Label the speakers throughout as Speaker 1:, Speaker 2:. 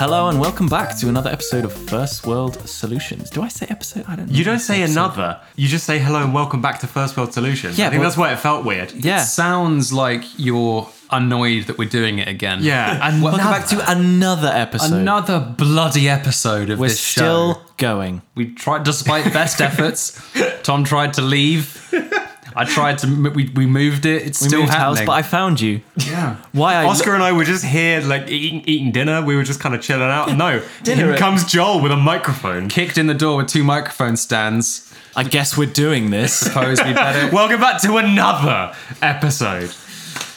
Speaker 1: welcome back to another episode of First World Solutions. Do I say episode? I don't know.
Speaker 2: You don't say another. You just say hello and welcome back to First World Solutions.
Speaker 1: Yeah,
Speaker 2: I think
Speaker 1: well-
Speaker 2: that's why it felt weird.
Speaker 1: Yeah.
Speaker 3: Sounds like you're annoyed that we're doing it again.
Speaker 2: Yeah. And
Speaker 1: Welcome back to another episode.
Speaker 3: Another bloody episode of
Speaker 1: We're
Speaker 3: this
Speaker 1: still
Speaker 3: show.
Speaker 1: going.
Speaker 3: We tried, despite best efforts. Tom tried to leave. I tried to. m- We, we moved it. It's
Speaker 1: We
Speaker 3: still
Speaker 1: moved house,
Speaker 3: happening.
Speaker 1: but I found you.
Speaker 2: yeah.
Speaker 1: Why I
Speaker 2: Oscar and I were just here, like eating, eating dinner. We were just kind of chilling out. No,
Speaker 1: Dinner
Speaker 2: here
Speaker 1: at-
Speaker 2: comes Joel with a microphone.
Speaker 3: kicked in the door with two microphone stands.
Speaker 1: I guess we're doing this.
Speaker 3: Suppose we better.
Speaker 2: Welcome back to another episode.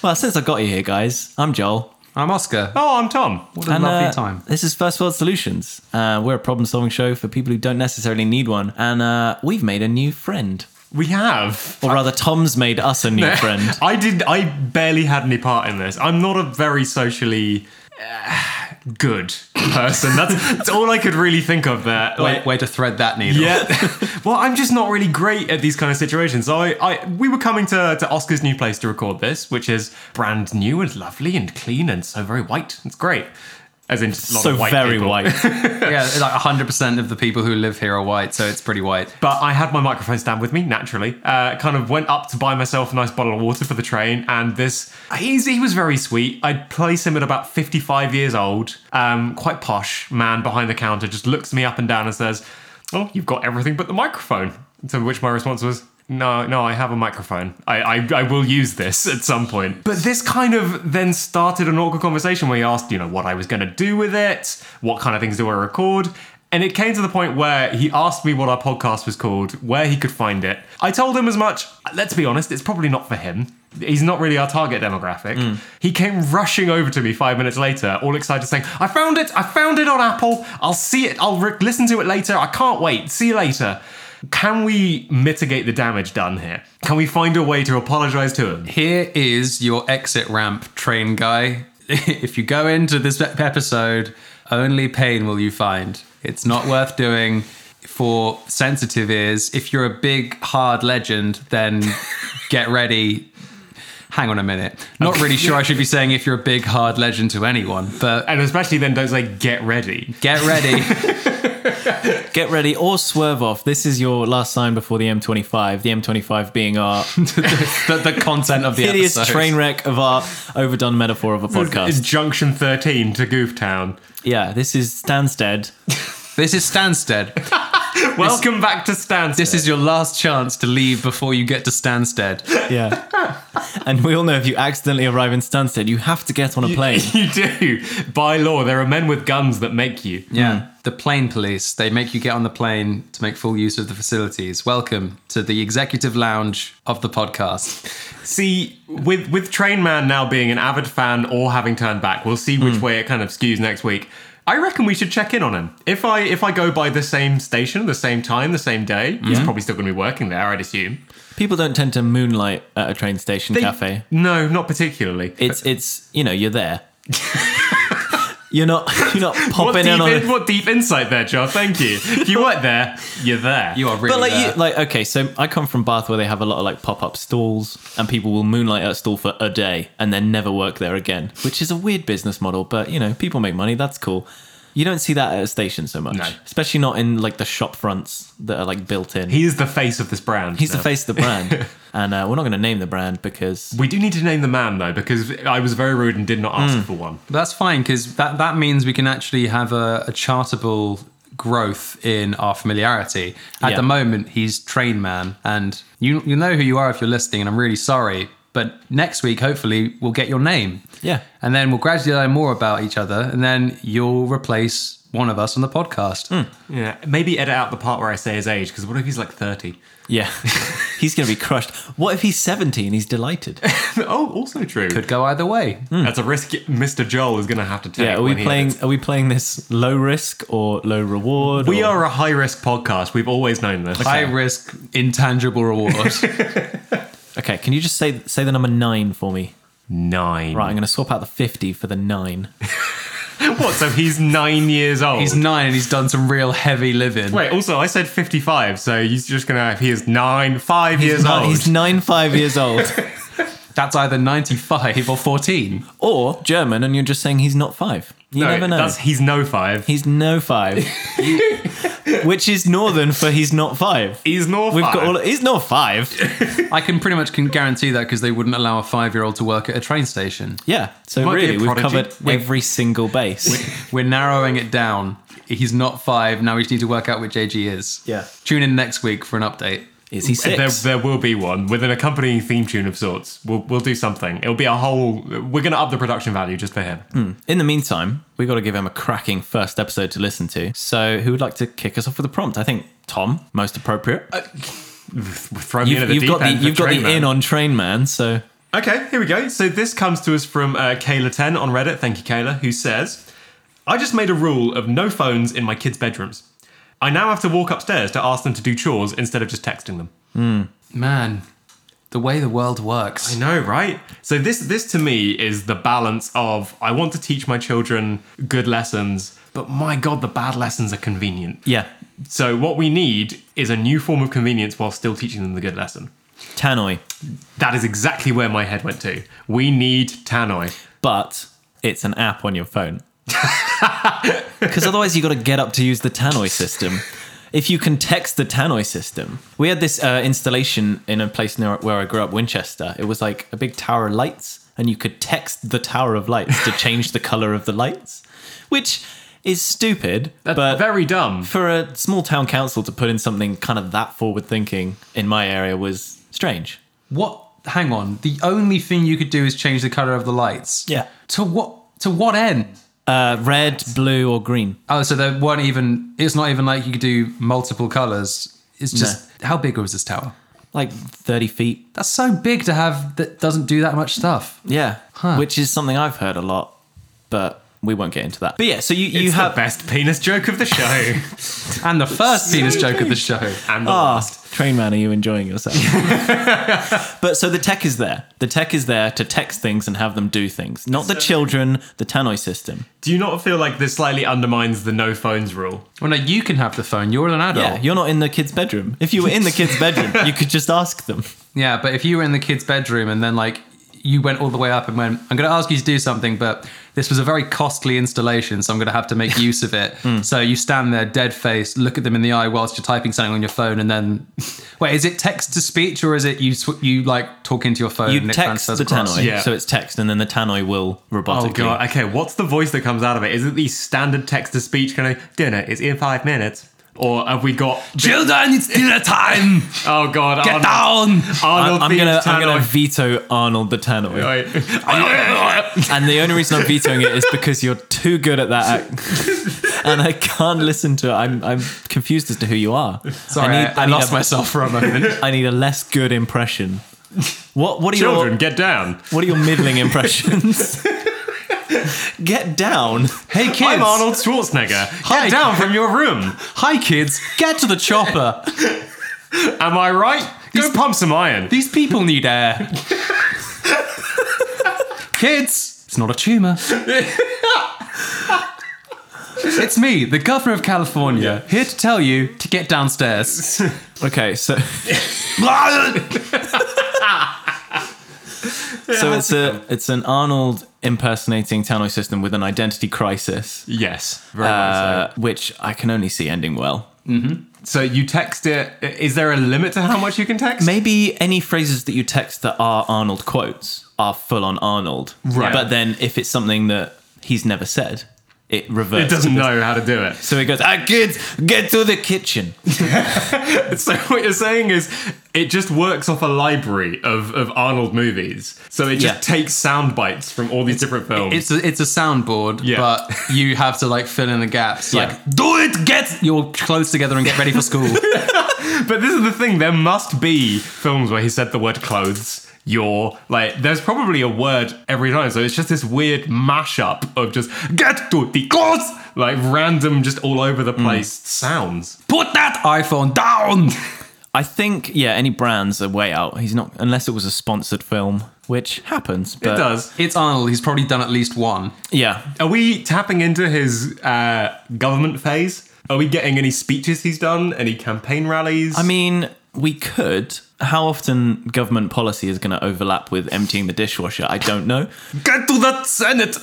Speaker 1: well, since I got you here, guys, I'm Joel.
Speaker 3: I'm Oscar.
Speaker 2: Oh, I'm Tom.
Speaker 3: What a
Speaker 1: And,
Speaker 3: lovely
Speaker 1: uh,
Speaker 3: time.
Speaker 1: This is First World Solutions. Uh, we're a problem solving show for people who don't necessarily need one. And uh, we've made a new friend.
Speaker 2: We have.
Speaker 1: Or rather, Tom's made us a new friend.
Speaker 2: I did. I barely had any part in this. I'm not a very socially uh, good person. That's, that's all I could really think of there.
Speaker 3: Way,
Speaker 2: Like,
Speaker 3: way to thread that needle.
Speaker 2: Yeah. well, I'm just not really great at these kind of situations. So I, I we were coming to, to Oscar's new place to record this, which is brand new and lovely and clean and so very white. It's great. As in just a lot
Speaker 1: So
Speaker 2: of white
Speaker 1: very
Speaker 2: people.
Speaker 1: white.
Speaker 3: yeah. Like 100% of the people who live here are white, so it's pretty white.
Speaker 2: But I had my microphone stand with me naturally. Uh, kind of went up to buy myself a nice bottle of water for the train, and this he's, he was very sweet. I'd place him at about 55 years old, um, quite posh man behind the counter. Just looks me up and down and says, "Oh, you've got everything but the microphone." To which my response was. No, no, I have a microphone. I, I, I will use this at some point. But this kind of then started an awkward conversation where he asked, you know, what I was going to do with it, what kind of things do I record, and it came to the point where he asked me what our podcast was called, where he could find it. I told him as much. Let's be honest, it's probably not for him. He's not really our target demographic. He came rushing over to me five minutes later, all excited, saying, I found it. I found it on Apple. I'll see it. I'll re- listen to it later. I can't wait. See you later. Can we mitigate the damage done here? Can we find a way to apologize to him?
Speaker 3: Here is your exit ramp, train guy. if you go into this ep- episode, only pain will you find. It's not worth doing for sensitive ears. If you're a big, hard legend, then get ready. Hang on a minute. Not really sure I should be saying if you're a big, hard legend to anyone, but
Speaker 2: And especially then, don't say, get ready.
Speaker 3: get ready.
Speaker 1: Get ready or swerve off. This is your last sign before the M25. The M25 being our
Speaker 3: the, the content of the
Speaker 1: hideous
Speaker 3: episode.
Speaker 1: train wreck of our overdone metaphor of a podcast.
Speaker 2: Junction 13 to Gooftown.
Speaker 1: Yeah, this is Stansted.
Speaker 3: This is Stansted.
Speaker 2: Welcome back to Stansted.
Speaker 3: This is your last chance to leave before you get to Stansted.
Speaker 1: Yeah. and we all know if you accidentally arrive in Stansted, you have to get on a plane.
Speaker 2: You do. By law, there are men with guns that make you.
Speaker 1: Hmm.
Speaker 3: Yeah. The plane police, they make you get on the plane to make full use of the facilities. Welcome to the executive lounge of the podcast.
Speaker 2: See, with with Train Man now being an avid fan or having turned back, we'll see
Speaker 3: Hmm.
Speaker 2: which way it kind of skews next week. I reckon we should check in on him. If I if I go by the same station, the same time, the same day, he's probably still going to be working there. I'd assume.
Speaker 1: People don't tend to moonlight at a train station cafe.
Speaker 2: No, not particularly.
Speaker 1: It's it's you know you're there. you're not you're not
Speaker 2: What
Speaker 1: popping
Speaker 2: deep,
Speaker 1: in on.
Speaker 2: in-
Speaker 1: A,
Speaker 2: what deep insight there, Joel. Thank you. If you weren't there, you're there.
Speaker 3: You are really
Speaker 1: but like
Speaker 3: there.
Speaker 1: you, like okay, so I come from Bath where they have a lot of like pop up stalls, and people will moonlight at a stall for a day and then never work there again, which is a weird business model. But you know, people make money. That's cool. You don't see that at a station so much,
Speaker 2: No.
Speaker 1: especially not in like the shop fronts that are like built in.
Speaker 2: He is the face of this brand.
Speaker 1: He's
Speaker 2: now.
Speaker 1: the face of the brand, and uh, we're not going to name the brand because
Speaker 2: We do need to name the man though, because I was very rude and did not ask for one.
Speaker 3: That's fine because that, that means we can actually have a, a chartable growth in our familiarity. At
Speaker 1: Yeah.
Speaker 3: the moment, he's Train Man, and you you know who you are if you're listening, and I'm really sorry. But next week, hopefully, we'll get your name.
Speaker 1: Yeah.
Speaker 3: And then we'll gradually learn more about each other, and then you'll replace one of us on the podcast.
Speaker 1: Hmm.
Speaker 2: Yeah, maybe edit out the part where I say his age, because what if he's like 30?
Speaker 1: yeah, he's going to be crushed. What if he's seventeen? He's delighted.
Speaker 2: oh, also true.
Speaker 3: Could go either way.
Speaker 2: That's a risk Mr. Joel is going to have to take.
Speaker 1: Yeah, are we
Speaker 2: when he
Speaker 1: playing?
Speaker 2: edits.
Speaker 1: Are we playing this low risk or low reward?
Speaker 2: We
Speaker 1: or-
Speaker 2: are a high risk podcast. We've always known this.
Speaker 3: High risk, intangible reward.
Speaker 1: Okay, can you just say say the number nine for me?
Speaker 2: nine.
Speaker 1: Right, I'm going to swap out the fifty for the nine.
Speaker 2: What? So he's nine years old.
Speaker 3: he's nine and he's done some real heavy living.
Speaker 2: Wait, also, I said 55, so he's just going to. He is nine, five years
Speaker 1: Ni-
Speaker 2: old.
Speaker 1: He's nine five years old.
Speaker 3: That's either 95 or 14.
Speaker 1: Or German, and you're just saying he's not five. You
Speaker 2: no,
Speaker 1: never know.
Speaker 2: That's, he's no five.
Speaker 1: He's no five, which is northern for he's not five.
Speaker 2: He's no
Speaker 1: We've
Speaker 2: five.
Speaker 1: got all. He's not five.
Speaker 3: I can pretty much can guarantee that because they wouldn't allow a five year old to work at a train station.
Speaker 1: Yeah. So
Speaker 2: Might be a
Speaker 1: really, we've
Speaker 2: prodigy.
Speaker 1: covered every single base.
Speaker 3: We're narrowing it down. He's not five. Now we just need to work out which age he is.
Speaker 1: Yeah.
Speaker 3: Tune in next week for an update.
Speaker 1: Is he
Speaker 2: there,
Speaker 1: six?
Speaker 2: there will be one with an accompanying theme tune of sorts. We'll, we'll do something. It'll be a whole. We're going to up the production value just for him.
Speaker 1: In the meantime, we got to give him a cracking first episode to listen to. So who would like to kick us off with a prompt? I think Tom, most appropriate.
Speaker 2: Uh, Throw me
Speaker 1: you've
Speaker 2: into the
Speaker 1: you've
Speaker 2: deep
Speaker 1: got the
Speaker 2: end for
Speaker 1: you've got
Speaker 2: Train
Speaker 1: the
Speaker 2: Man.
Speaker 1: in on Train Man. So
Speaker 2: Okay, here we go. So this comes to us from uh, Kayla10 on Reddit. Thank you, Kayla, who says, I just made a rule of no phones in my kids' bedrooms. I now have to walk upstairs to ask them to do chores instead of just texting them.
Speaker 3: Man, the way the world works.
Speaker 2: I know, right? So this this to me is the balance of I want to teach my children good lessons, but my god, the bad lessons are convenient.
Speaker 1: yeah,
Speaker 2: So what we need is a new form of convenience while still teaching them the good lesson.
Speaker 1: Tannoy,
Speaker 2: That is exactly where my head went to. We need Tannoy.
Speaker 1: but it's an app on your phone. Because otherwise, you got to get up to use the Tannoy system. If you can text the Tannoy system, we had this uh, installation in a place near where I grew up, Winchester. It was like a big tower of lights, and you could text the tower of lights to change the color of the lights, which is stupid.
Speaker 2: That's
Speaker 1: but
Speaker 2: very dumb.
Speaker 1: for a small town council to put in something kind of that forward thinking in my area was strange.
Speaker 3: What? Hang on. The only thing you could do is change the color of the lights.
Speaker 1: Yeah.
Speaker 3: To what? To what end?
Speaker 1: Uh, red, blue, or green.
Speaker 3: Oh, so there weren't even. It's not even like you could do multiple colors. It's just how big was this tower?
Speaker 1: like 30 feet.
Speaker 3: That's so big to have that doesn't do that much stuff.
Speaker 1: Yeah.
Speaker 3: Huh.
Speaker 1: Which is something I've heard a lot, but we won't get into that. But yeah, so you, you
Speaker 2: it's
Speaker 1: have.
Speaker 2: the best penis joke of the show.
Speaker 3: And the first penis joke of the show.
Speaker 2: and the
Speaker 1: Ah,
Speaker 2: last.
Speaker 1: train man, are you enjoying yourself? but so the tech is there. The tech is there to text things and have them do things. Not the children, the Tannoy system.
Speaker 2: Do you not feel like this slightly undermines the no phones rule?
Speaker 3: Well, no, you can have the phone. You're an adult.
Speaker 1: Yeah, you're not in the kid's bedroom. If you were in the kid's bedroom, you could just ask them.
Speaker 3: Yeah, but if you were in the kid's bedroom and then like you went all the way up and went, I'm going to ask you to do something, but this was a very costly installation, so I'm going to have to make use of it.
Speaker 1: Hmm.
Speaker 3: So you stand there, dead faced, look at them in the eye whilst you're typing something on your phone, and then wait, is it text to speech or is it you sw- you like talk into your phone?
Speaker 1: You
Speaker 3: and it
Speaker 1: text
Speaker 3: transfers
Speaker 1: the
Speaker 3: across?
Speaker 1: Tannoy.
Speaker 2: Yeah.
Speaker 1: So it's text, and then the Tannoy will
Speaker 2: Oh
Speaker 1: robotically.
Speaker 2: god. Okay, what's the voice that comes out of it? Is it the standard text to speech kind of dinner is in five minutes? Or have we got?
Speaker 3: Children, it's dinner time.
Speaker 2: Oh god!
Speaker 3: Get
Speaker 2: Arnold,
Speaker 3: down.
Speaker 2: Arnold
Speaker 1: I'm, I'm
Speaker 2: Beach
Speaker 1: gonna I'm
Speaker 2: Tannoy.
Speaker 1: gonna veto Arnold the Tannoy.
Speaker 2: Right.
Speaker 1: And the only reason I'm vetoing it is because you're too good at that act. and I can't listen to it. I'm, I'm confused as to who you are.
Speaker 3: Sorry, I, I lost
Speaker 1: a,
Speaker 3: myself for a moment.
Speaker 1: I need a less good impression. What what are
Speaker 2: Children,
Speaker 1: your
Speaker 2: get down!
Speaker 1: what are your middling impressions? Get down.
Speaker 3: hey kids,
Speaker 2: I'm Arnold Schwarzenegger.
Speaker 3: Hi.
Speaker 2: Get down from your room.
Speaker 3: hi kids, get to the chopper.
Speaker 2: Am I right? Go
Speaker 3: These-
Speaker 2: pump some iron.
Speaker 3: These people need air. Kids, it's not a tumor. it's me, the governor of California, here to tell you to get downstairs.
Speaker 1: Okay, so
Speaker 3: That's
Speaker 1: so it's a it's an Arnold impersonating Tannoy system with an identity crisis,
Speaker 2: Yes, very much
Speaker 1: uh, which I can only see ending well.
Speaker 2: so. So you text it. Is there a limit to how much you can text?
Speaker 1: Maybe any phrases that you text that are Arnold quotes are full on Arnold.
Speaker 2: Right.
Speaker 1: But then if it's something that he's never said, it reverts.
Speaker 2: It doesn't know how to do it.
Speaker 1: So he goes, ah, kids, get to the kitchen.
Speaker 2: So what you're saying is it just works off a library of, of Arnold movies. So it just
Speaker 1: Yeah.
Speaker 2: takes sound bites from all these different films.
Speaker 3: It's a, it's a soundboard,
Speaker 2: Yeah.
Speaker 3: but you have to like fill in the gaps.
Speaker 1: Yeah.
Speaker 3: Like, do it, get your clothes together and get ready for school.
Speaker 2: but this is the thing, there must be films where he said the word clothes. Your like there's probably a word every time, so it's just this weird mashup of just get to the clothes like random just all over the place sounds.
Speaker 3: Hmm. Put that iPhone down.
Speaker 1: I think, yeah, any brands are way out. He's not, unless it was a sponsored film, which happens. But
Speaker 2: It does.
Speaker 3: It's Arnold. He's probably done at least one.
Speaker 1: Yeah.
Speaker 2: Are we tapping into his uh government phase? Are we getting any speeches he's done? Any campaign rallies?
Speaker 1: I mean, we could. how often government policy is going to overlap with emptying the dishwasher, I don't know.
Speaker 2: Get to that Senate!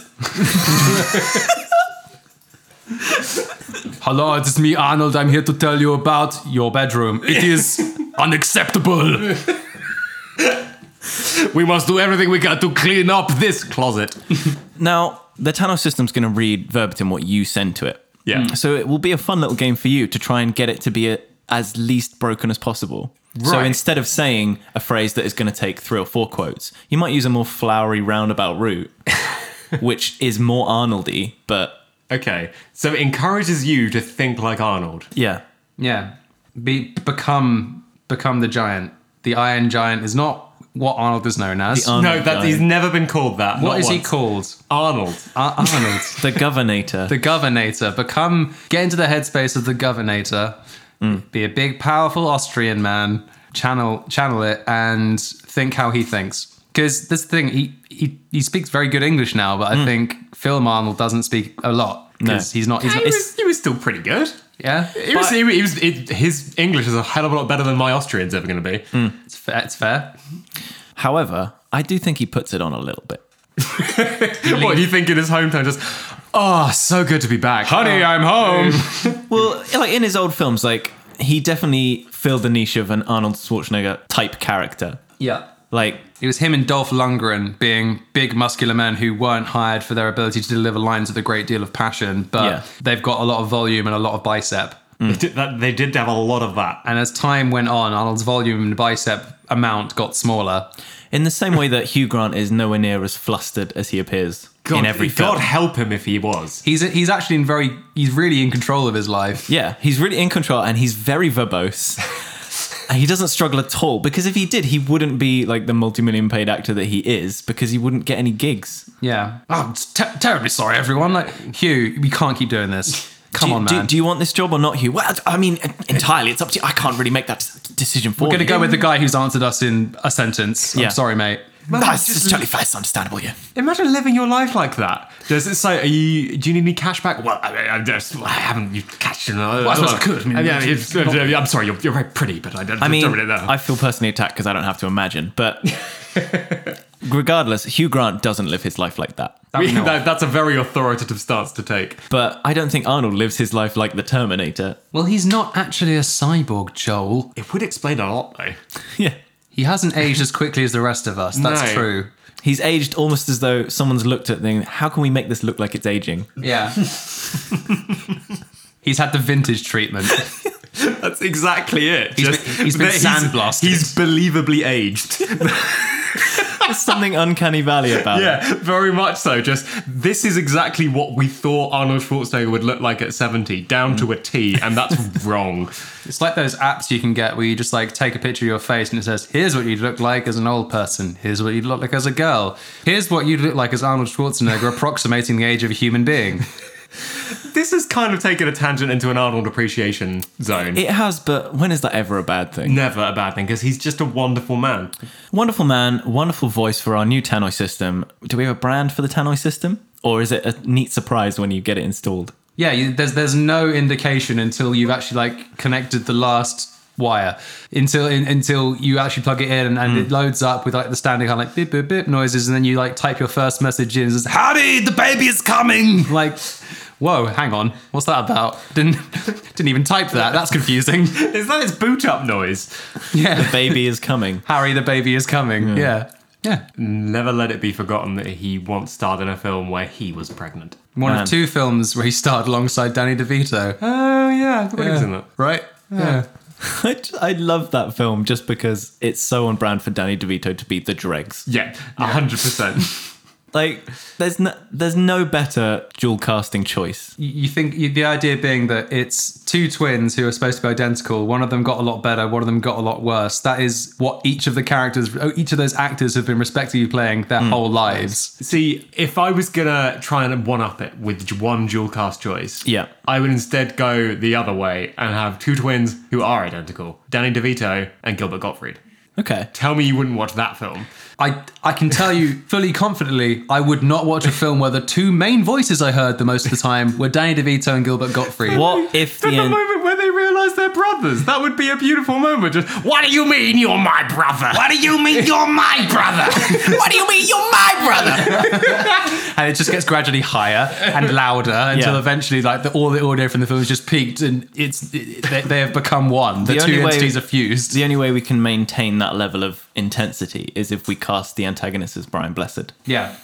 Speaker 3: Hello, it's me, Arnold. I'm here to tell you about your bedroom. It is unacceptable.
Speaker 2: We must do everything we can to clean up this closet.
Speaker 1: Now, the Thanos system's going to read verbatim what you send to it.
Speaker 2: Yeah.
Speaker 1: Mm, So it will be a fun little game for you to try and get it to be a, as least broken as possible. So
Speaker 2: Right.
Speaker 1: instead of saying a phrase that is going to take three or four quotes, you might use a more flowery roundabout route, which is more Arnoldy, but
Speaker 2: Okay, so it encourages you to think like Arnold.
Speaker 1: yeah.
Speaker 3: yeah, be become become the giant. The Iron Giant is not what Arnold is known as.
Speaker 1: The Ar-
Speaker 2: no,
Speaker 1: Arnold
Speaker 2: that
Speaker 1: guy.
Speaker 2: he's never been called that.
Speaker 3: Oh what
Speaker 2: not
Speaker 3: is he
Speaker 2: once.
Speaker 3: called?
Speaker 2: Arnold.
Speaker 3: Ar- Arnold.
Speaker 1: The Governator.
Speaker 3: the Governator. Become get into the headspace of the Governator. Be a big, powerful Austrian man. Channel channel it and think how he thinks. Because this thing, he, he he speaks very good English now, but I think Phil Arnold doesn't speak a lot because he's not. He's
Speaker 2: He
Speaker 3: not
Speaker 2: was, he was still pretty good.
Speaker 3: yeah,
Speaker 2: He was,
Speaker 3: but
Speaker 2: he, was, it, his English is a hell of a lot better than my Austrian's ever going to be.
Speaker 3: it's fair. It's fair.
Speaker 1: However, I do think he puts it on a little bit.
Speaker 2: What do you think in his hometown? Just, oh, so good to be back.
Speaker 3: Honey,
Speaker 2: Oh,
Speaker 3: I'm home.
Speaker 1: Well, Mm. like in his old films, like he definitely filled the niche of an Arnold Schwarzenegger type character.
Speaker 3: yeah.
Speaker 1: Like
Speaker 3: It was him and Dolph Lundgren being big muscular men who weren't hired for their ability to deliver lines with a great deal of passion, but
Speaker 1: Yeah.
Speaker 3: they've got a lot of volume and a lot of bicep.
Speaker 2: they, did that, they did have a lot of that.
Speaker 3: And as time went on, Arnold's volume and bicep amount got smaller.
Speaker 1: in the same way that Hugh Grant is nowhere near as flustered as he appears
Speaker 2: God,
Speaker 1: in every film.
Speaker 2: God help him if he was.
Speaker 3: He's he's actually in very he's really in control of his life.
Speaker 1: Yeah, he's really in control and he's very verbose. And he doesn't struggle at all because if he did, he wouldn't be like the multi-million paid actor that he is because he wouldn't get any gigs.
Speaker 3: Yeah. I'm te- terribly sorry, everyone. Like Hugh, we can't keep doing this. Come
Speaker 1: do,
Speaker 3: on,
Speaker 1: do-
Speaker 3: man.
Speaker 1: Do, you want this job or not, Hugh? Well, I mean, entirely. It's up to you. I can't really make that s- decision for
Speaker 3: We're gonna
Speaker 1: you.
Speaker 3: go with the guy who's answered us in a sentence.
Speaker 1: Yeah.
Speaker 3: I'm sorry, mate.
Speaker 1: That's
Speaker 2: Just-
Speaker 1: just totally fair. It's understandable, yeah.
Speaker 2: Imagine living your life like that. Does it say, are you, do you need any cash back? Well, I, I, I, just, I haven't you cashed in. Well,
Speaker 3: I suppose I could. I mean,
Speaker 2: yeah,
Speaker 3: it's-
Speaker 2: it's- I'm sorry, you're, you're very pretty, but I don't,
Speaker 1: I mean,
Speaker 2: don't really know.
Speaker 1: I feel personally attacked because I don't have to imagine. But regardless, Hugh Grant doesn't live his life like that.
Speaker 3: That we know of.
Speaker 2: that, that's a very authoritative stance to take.
Speaker 1: But I don't think Arnold lives his life like the Terminator.
Speaker 3: Well, he's not actually a cyborg, Joel.
Speaker 2: It would explain a lot, though.
Speaker 1: yeah.
Speaker 3: He hasn't aged as quickly as the rest of us. That's
Speaker 2: No.
Speaker 3: true.
Speaker 1: He's aged almost as though someone's looked at thing. How can we make this look like it's aging?
Speaker 3: Yeah. he's had the vintage treatment.
Speaker 2: That's exactly it.
Speaker 3: Just- been- he's been sandblasted.
Speaker 2: He's believably aged.
Speaker 1: There's something uncanny valley about it.
Speaker 2: yeah, very much so. Just this is exactly what we thought Arnold Schwarzenegger would look like at 70, down to a T, and that's wrong.
Speaker 3: It's like those apps you can get where you just like take a picture of your face and it says, here's what you'd look like as an old person. Here's what you'd look like as a girl. Here's what you'd look like as Arnold Schwarzenegger approximating the age of a human being.
Speaker 2: This has kind of taken a tangent into an Arnold appreciation zone.
Speaker 1: It has, but when is that ever a bad thing?
Speaker 2: Never a bad thing because he's just a wonderful man.
Speaker 1: Wonderful man, wonderful voice for our new Tannoy system. Do we have a brand for the Tannoy system? Or is it a neat surprise when you get it installed?
Speaker 3: Yeah, you, there's there's no indication until you've actually like connected the last wire until in, until you actually plug it in and, and it loads up with like the standard kind of like bip bip bip noises and then you like type your first message in and it says howdy the baby is coming like whoa hang on what's that about didn't didn't even type that that's confusing
Speaker 2: Is that his boot up noise?
Speaker 3: yeah
Speaker 1: Baby is coming.
Speaker 3: Harry the baby is coming yeah yeah,
Speaker 2: Never let it be forgotten that he once starred in a film where he was pregnant.
Speaker 3: one
Speaker 1: Man.
Speaker 3: of two films where he starred alongside Danny DeVito
Speaker 2: Oh yeah, I forgot he was in that.
Speaker 3: right yeah.
Speaker 1: I, j- I love that film just because it's so on brand for Danny DeVito to be the dregs.
Speaker 2: Yeah, hundred percent.
Speaker 1: Like, there's no, there's no better dual casting choice.
Speaker 3: you you think you, the idea being that it's two twins who are supposed to be identical. One of them got a lot better. One of them got a lot worse. That is what each of the characters, oh, each of those actors, have been respectively playing their whole lives.
Speaker 2: See, if I was gonna try and one up it with j- one dual cast choice,
Speaker 1: Yeah.
Speaker 2: I would instead go the other way and have two twins who are identical: Danny DeVito and Gilbert Gottfried.
Speaker 1: Okay.
Speaker 2: Tell me you wouldn't watch that film.
Speaker 3: I, I can tell you fully confidently, I would not watch a film where the two main voices I heard the most of the time were Danny DeVito and Gilbert Gottfried.
Speaker 1: What if the
Speaker 2: But the
Speaker 1: end?
Speaker 2: moment where they realise they're brothers, that would be a beautiful moment. Just, what do you mean you're my brother? What do you mean you're my brother? what do you mean you're my brother?
Speaker 3: And it just gets gradually higher and louder until
Speaker 1: Yeah.
Speaker 3: eventually, like the, all the audio from the film has just peaked, and it's it, they, they have become one. The,
Speaker 1: The
Speaker 3: two
Speaker 1: only way-
Speaker 3: entities are fused.
Speaker 1: The only way we can maintain that level of intensity is if we cast the antagonist as Brian Blessed.
Speaker 3: Yeah.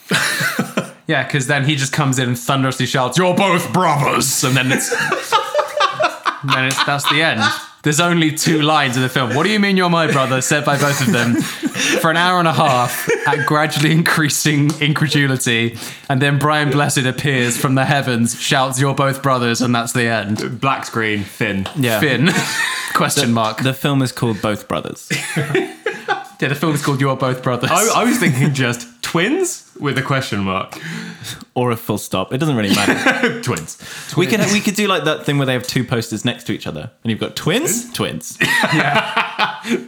Speaker 3: yeah, because then he just comes in and thunderously shouts, You're both brothers! And then it's. and then it's, that's the end. There's only two lines in the film. What do you mean you're my brother? Said by both of them for an hour and a half at gradually increasing incredulity. And then Brian Blessed appears from the heavens, shouts, You're both brothers, and that's the end.
Speaker 2: Black screen, Finn.
Speaker 1: Yeah.
Speaker 3: Finn. Question mark.
Speaker 1: The film is called Both Brothers.
Speaker 3: yeah, the film's called You're Both Brothers.
Speaker 2: I, I was thinking just twins with a question mark.
Speaker 1: or a full stop. It doesn't really matter.
Speaker 2: Twins.
Speaker 1: we could we could do like that thing where they have two posters next to each other, and you've got twins, twins.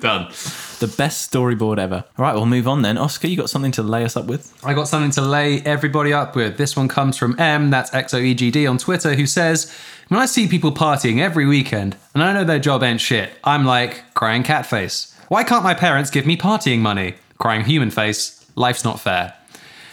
Speaker 2: Done.
Speaker 1: the best storyboard ever. All right, we'll move on then. Oscar, you got something to lay us up with?
Speaker 3: I got something to lay everybody up with. This one comes from M, that's XOEGD on Twitter, who says, When I see people partying every weekend and I know their job ain't shit, I'm like, crying cat face. Why can't my parents give me partying money? Crying human face, life's not fair.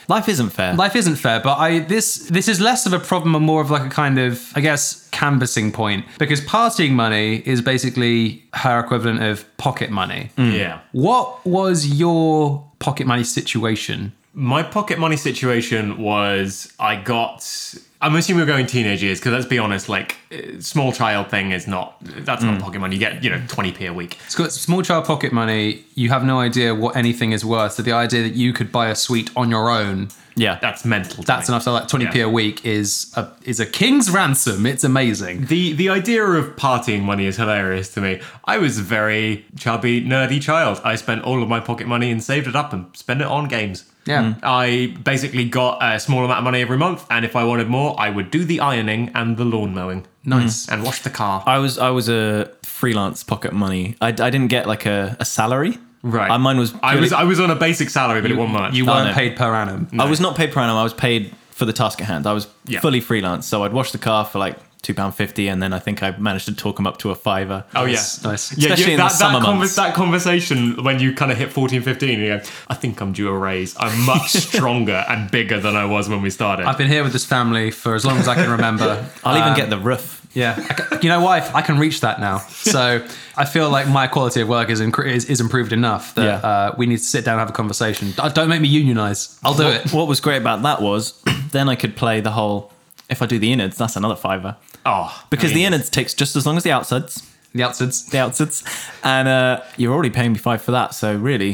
Speaker 1: Life isn't fair.
Speaker 3: Life isn't fair, but I this this is less of a problem and more of like a kind of I guess canvassing point because partying money is basically her equivalent of pocket money.
Speaker 2: Yeah.
Speaker 3: What was your pocket money situation?
Speaker 2: My pocket money situation was I got. I'm assuming we're going teenage years because let's be honest, like uh, small child thing is not. That's
Speaker 3: Mm.
Speaker 2: not pocket money. You get you know 20p a week.
Speaker 3: It's got small child pocket money. You have no idea what anything is worth. So the idea that you could buy a suite on your own,
Speaker 1: yeah.
Speaker 2: That's mental. to
Speaker 3: that's
Speaker 2: me.
Speaker 3: enough to like 20p
Speaker 2: Yeah.
Speaker 3: a week is a is a king's ransom. It's amazing.
Speaker 2: The the idea of partying money is hilarious to me. I was a very chubby, nerdy child. I spent all of my pocket money and saved it up and spent it on games.
Speaker 3: Yeah.
Speaker 1: Mm.
Speaker 2: I basically got a small amount of money every month, and if I wanted more, I would do the ironing and the lawn mowing.
Speaker 3: Nice.
Speaker 2: And wash the car.
Speaker 1: I was I was a freelance pocket money. I, I didn't get like a, a salary.
Speaker 2: right.
Speaker 1: Uh, mine was.
Speaker 2: I
Speaker 1: purely-
Speaker 2: was I was on a basic salary, but it wasn't much.
Speaker 1: Oh,
Speaker 3: You weren't
Speaker 1: no.
Speaker 3: paid per annum.
Speaker 1: I was not paid per annum. I was paid for the task at hand. I was
Speaker 2: Yeah.
Speaker 1: fully freelance, so I'd wash the car for like two pound fifty, and then I think I managed to talk them up to a fiver.
Speaker 2: Oh yeah,
Speaker 3: Nice, nice.
Speaker 2: Yeah,
Speaker 1: Especially
Speaker 2: you,
Speaker 1: in
Speaker 2: that,
Speaker 1: the summer
Speaker 2: that,
Speaker 1: months.
Speaker 2: that conversation when you kind of hit 14, 15, you go, I think I'm due a raise. I'm much stronger and bigger than I was when we started.
Speaker 3: I've been here with this family for as long as I can remember.
Speaker 1: I'll even
Speaker 3: Um,
Speaker 1: get the roof.
Speaker 3: Yeah, I ca- you know, wife, I can reach that now. So I feel like my quality of work is incre- is, is improved enough that
Speaker 1: Yeah.
Speaker 3: uh, we need to sit down and have a conversation. D- Don't make me unionize. I'll do it.
Speaker 1: What was great about that was then I could play the whole. If I do the innards, that's another fiver
Speaker 2: oh,
Speaker 1: because
Speaker 2: I mean,
Speaker 1: the innards takes just as long as the outsides.
Speaker 3: The outsiders.
Speaker 1: The outsides, and uh, you're already paying me five for that. So really,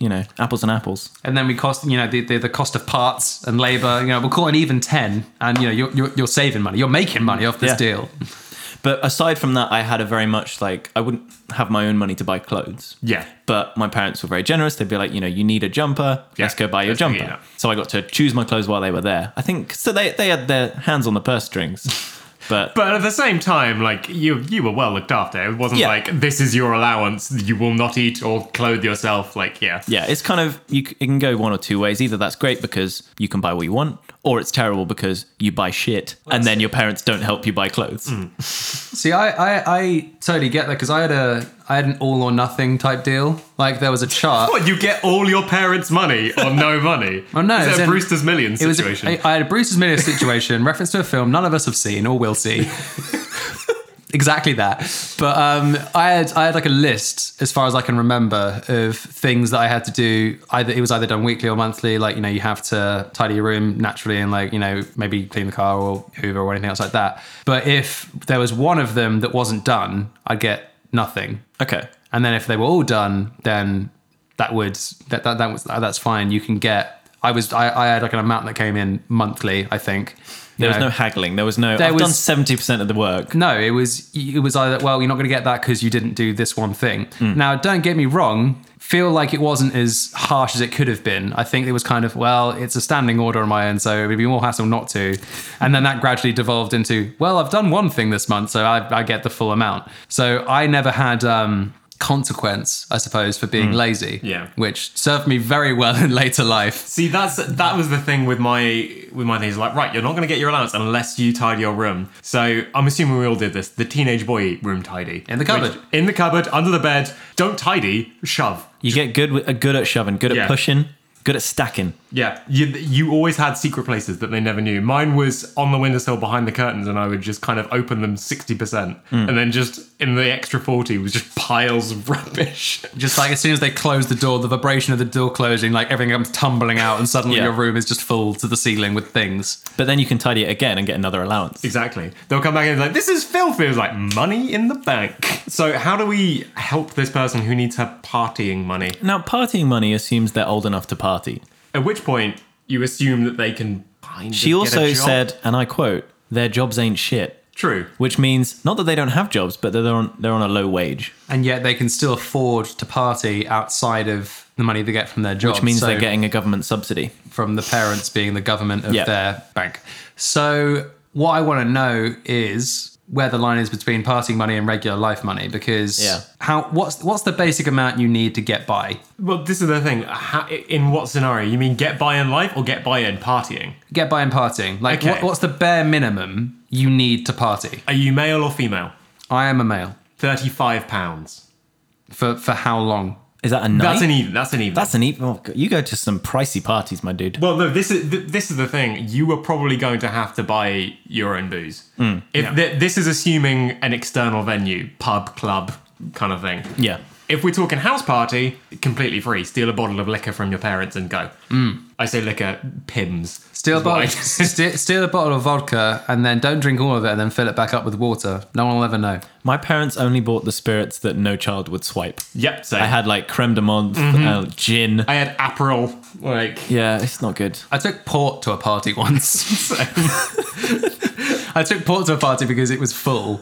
Speaker 1: you know, apples and apples.
Speaker 3: and then we cost you know the, the, the cost of parts and labor you know we'll call it an even 10 and you know you're, you're, you're saving money you're making money off this
Speaker 1: Yeah.
Speaker 3: deal
Speaker 1: But aside from that, I had a very much like I wouldn't have my own money to buy clothes.
Speaker 2: Yeah.
Speaker 1: But my parents were very generous. They'd be like, you know, you need a jumper.
Speaker 2: Yeah.
Speaker 1: Let's go buy your
Speaker 2: Let's go
Speaker 1: jumper.
Speaker 2: get that.
Speaker 1: So I got to choose my clothes while they were there. I think so. They they had their hands on the purse strings, but,
Speaker 2: But at the same time, like you, you were well looked after. It wasn't
Speaker 1: Yeah.
Speaker 2: like this is your allowance. You will not eat or clothe yourself. Like yeah,
Speaker 1: yeah, it's kind of you. c- It can go one or two ways. Either that's great because you can buy what you want, or it's terrible because you buy shit and then your parents don't help you buy clothes.
Speaker 2: Mm.
Speaker 3: see i i, I totally get that because i had a i had an all or nothing type deal like there was a chart
Speaker 2: What, you get all your parents' money or no money?
Speaker 3: Oh, no,
Speaker 2: Is
Speaker 3: it was
Speaker 2: that a
Speaker 3: in-
Speaker 2: Brewster's Million
Speaker 3: It was a-
Speaker 2: situation?
Speaker 3: I I had a Bruce's Million situation, reference to a film none of us have seen or will see. exactly that. But um, I had I had like a list as far as I can remember of things that I had to do. Either it was either done weekly or monthly. Like you know, you have to tidy your room naturally, and like you know, maybe clean the car or Hoover or anything else like that. But if there was one of them that wasn't done, I'd get nothing.
Speaker 1: Okay.
Speaker 3: And then if they were all done, then that would that that, that was that's fine. You can get. I was I, I had like an amount that came in monthly. I think
Speaker 1: There was
Speaker 3: You know.
Speaker 1: no haggling. There was no. I've done
Speaker 3: was-
Speaker 1: seventy percent of the work.
Speaker 3: No, it was it was either well, you're not going to get that because you didn't do this one thing. Now, don't get me wrong. Feel like it wasn't as harsh as it could have been. I think it was kind of well, it's a standing order on my end, so it would be more hassle not to. And then that gradually devolved into well, I've done one thing this month, so I, I get the full amount. So I never had um, consequence, I suppose, for being lazy.
Speaker 2: Yeah.
Speaker 3: Which served me very well in later life.
Speaker 2: See, that's that was the thing with my with my things. Like, right, you're not going to get your allowance unless you tidy your room. So I'm assuming we all did this. The teenage boy room tidy
Speaker 3: In the cupboard.
Speaker 2: Which- in the cupboard, under the bed. Don't tidy, shove.
Speaker 1: You get good with, uh, good at shoving, good at
Speaker 2: Yeah.
Speaker 1: pushing, good at stacking.
Speaker 2: Yeah, you you always had secret places that they never knew. Mine was on the windowsill behind the curtains, and I would just kind of open them sixty percent,
Speaker 3: Hmm.
Speaker 2: and then just in the extra forty was just piles of rubbish.
Speaker 3: Just like as soon as they close the door, the vibration of the door closing, like everything comes tumbling out, and suddenly
Speaker 1: Yeah.
Speaker 3: your room is just full to the ceiling with things.
Speaker 1: But then you can tidy it again and get another allowance.
Speaker 2: Exactly. They'll come back and be like, this is filthy. It was like, money in the bank. So, how do we help this person who needs her partying money?
Speaker 1: Now, partying money assumes they're old enough to party.
Speaker 2: At which point, you assume that they can find
Speaker 1: She also said, and I quote, "Their jobs ain't shit,"
Speaker 2: True.
Speaker 1: which means not that they don't have jobs, but that they're on they're on a low wage,
Speaker 3: And yet they can still afford to party outside of the money they get from their job.
Speaker 1: which means
Speaker 3: So-
Speaker 1: they're getting a government subsidy.
Speaker 3: from the parents being the government of
Speaker 1: Yeah.
Speaker 3: their bank. So what I want to know is where the line is between parting money and regular life money because
Speaker 1: Yeah.
Speaker 3: how what's what's the basic amount you need to get by?
Speaker 2: Well, this is the thing. How, in what scenario? You mean get by in life or get by in partying?
Speaker 3: Get by in partying. Like
Speaker 2: Okay.
Speaker 3: what, what's the bare minimum you need to party?
Speaker 2: Are you male or female?
Speaker 3: I am a male.
Speaker 2: Thirty-five pounds.
Speaker 3: For for how long?
Speaker 1: Is that a night?
Speaker 3: e-
Speaker 2: That's an even. That's an even.
Speaker 1: That's an even. Oh, God, you go to some pricey parties, my dude.
Speaker 2: well, no. This is th- this is the thing. You were probably going to have to buy your own booze.
Speaker 3: Mm.
Speaker 2: if th- this is assuming an external venue, pub, club, kind of thing.
Speaker 1: Yeah.
Speaker 2: If we're talking house party, completely free. Steal a bottle of liquor from your parents and go. I say liquor, pims.
Speaker 3: Mm. Steal a,
Speaker 2: is what I-
Speaker 3: bottle, ste steal a bottle of vodka and then don't drink all of it and then fill it back up with water. No one will ever know.
Speaker 1: My parents only bought the spirits that no child would swipe.
Speaker 2: yep. So
Speaker 1: I had like creme de menthe,
Speaker 3: Mm-hmm.
Speaker 1: uh, gin.
Speaker 2: I had Aperol. Like
Speaker 1: Yeah, it's not good.
Speaker 3: I took port to a party once. I took port to a party because it was full,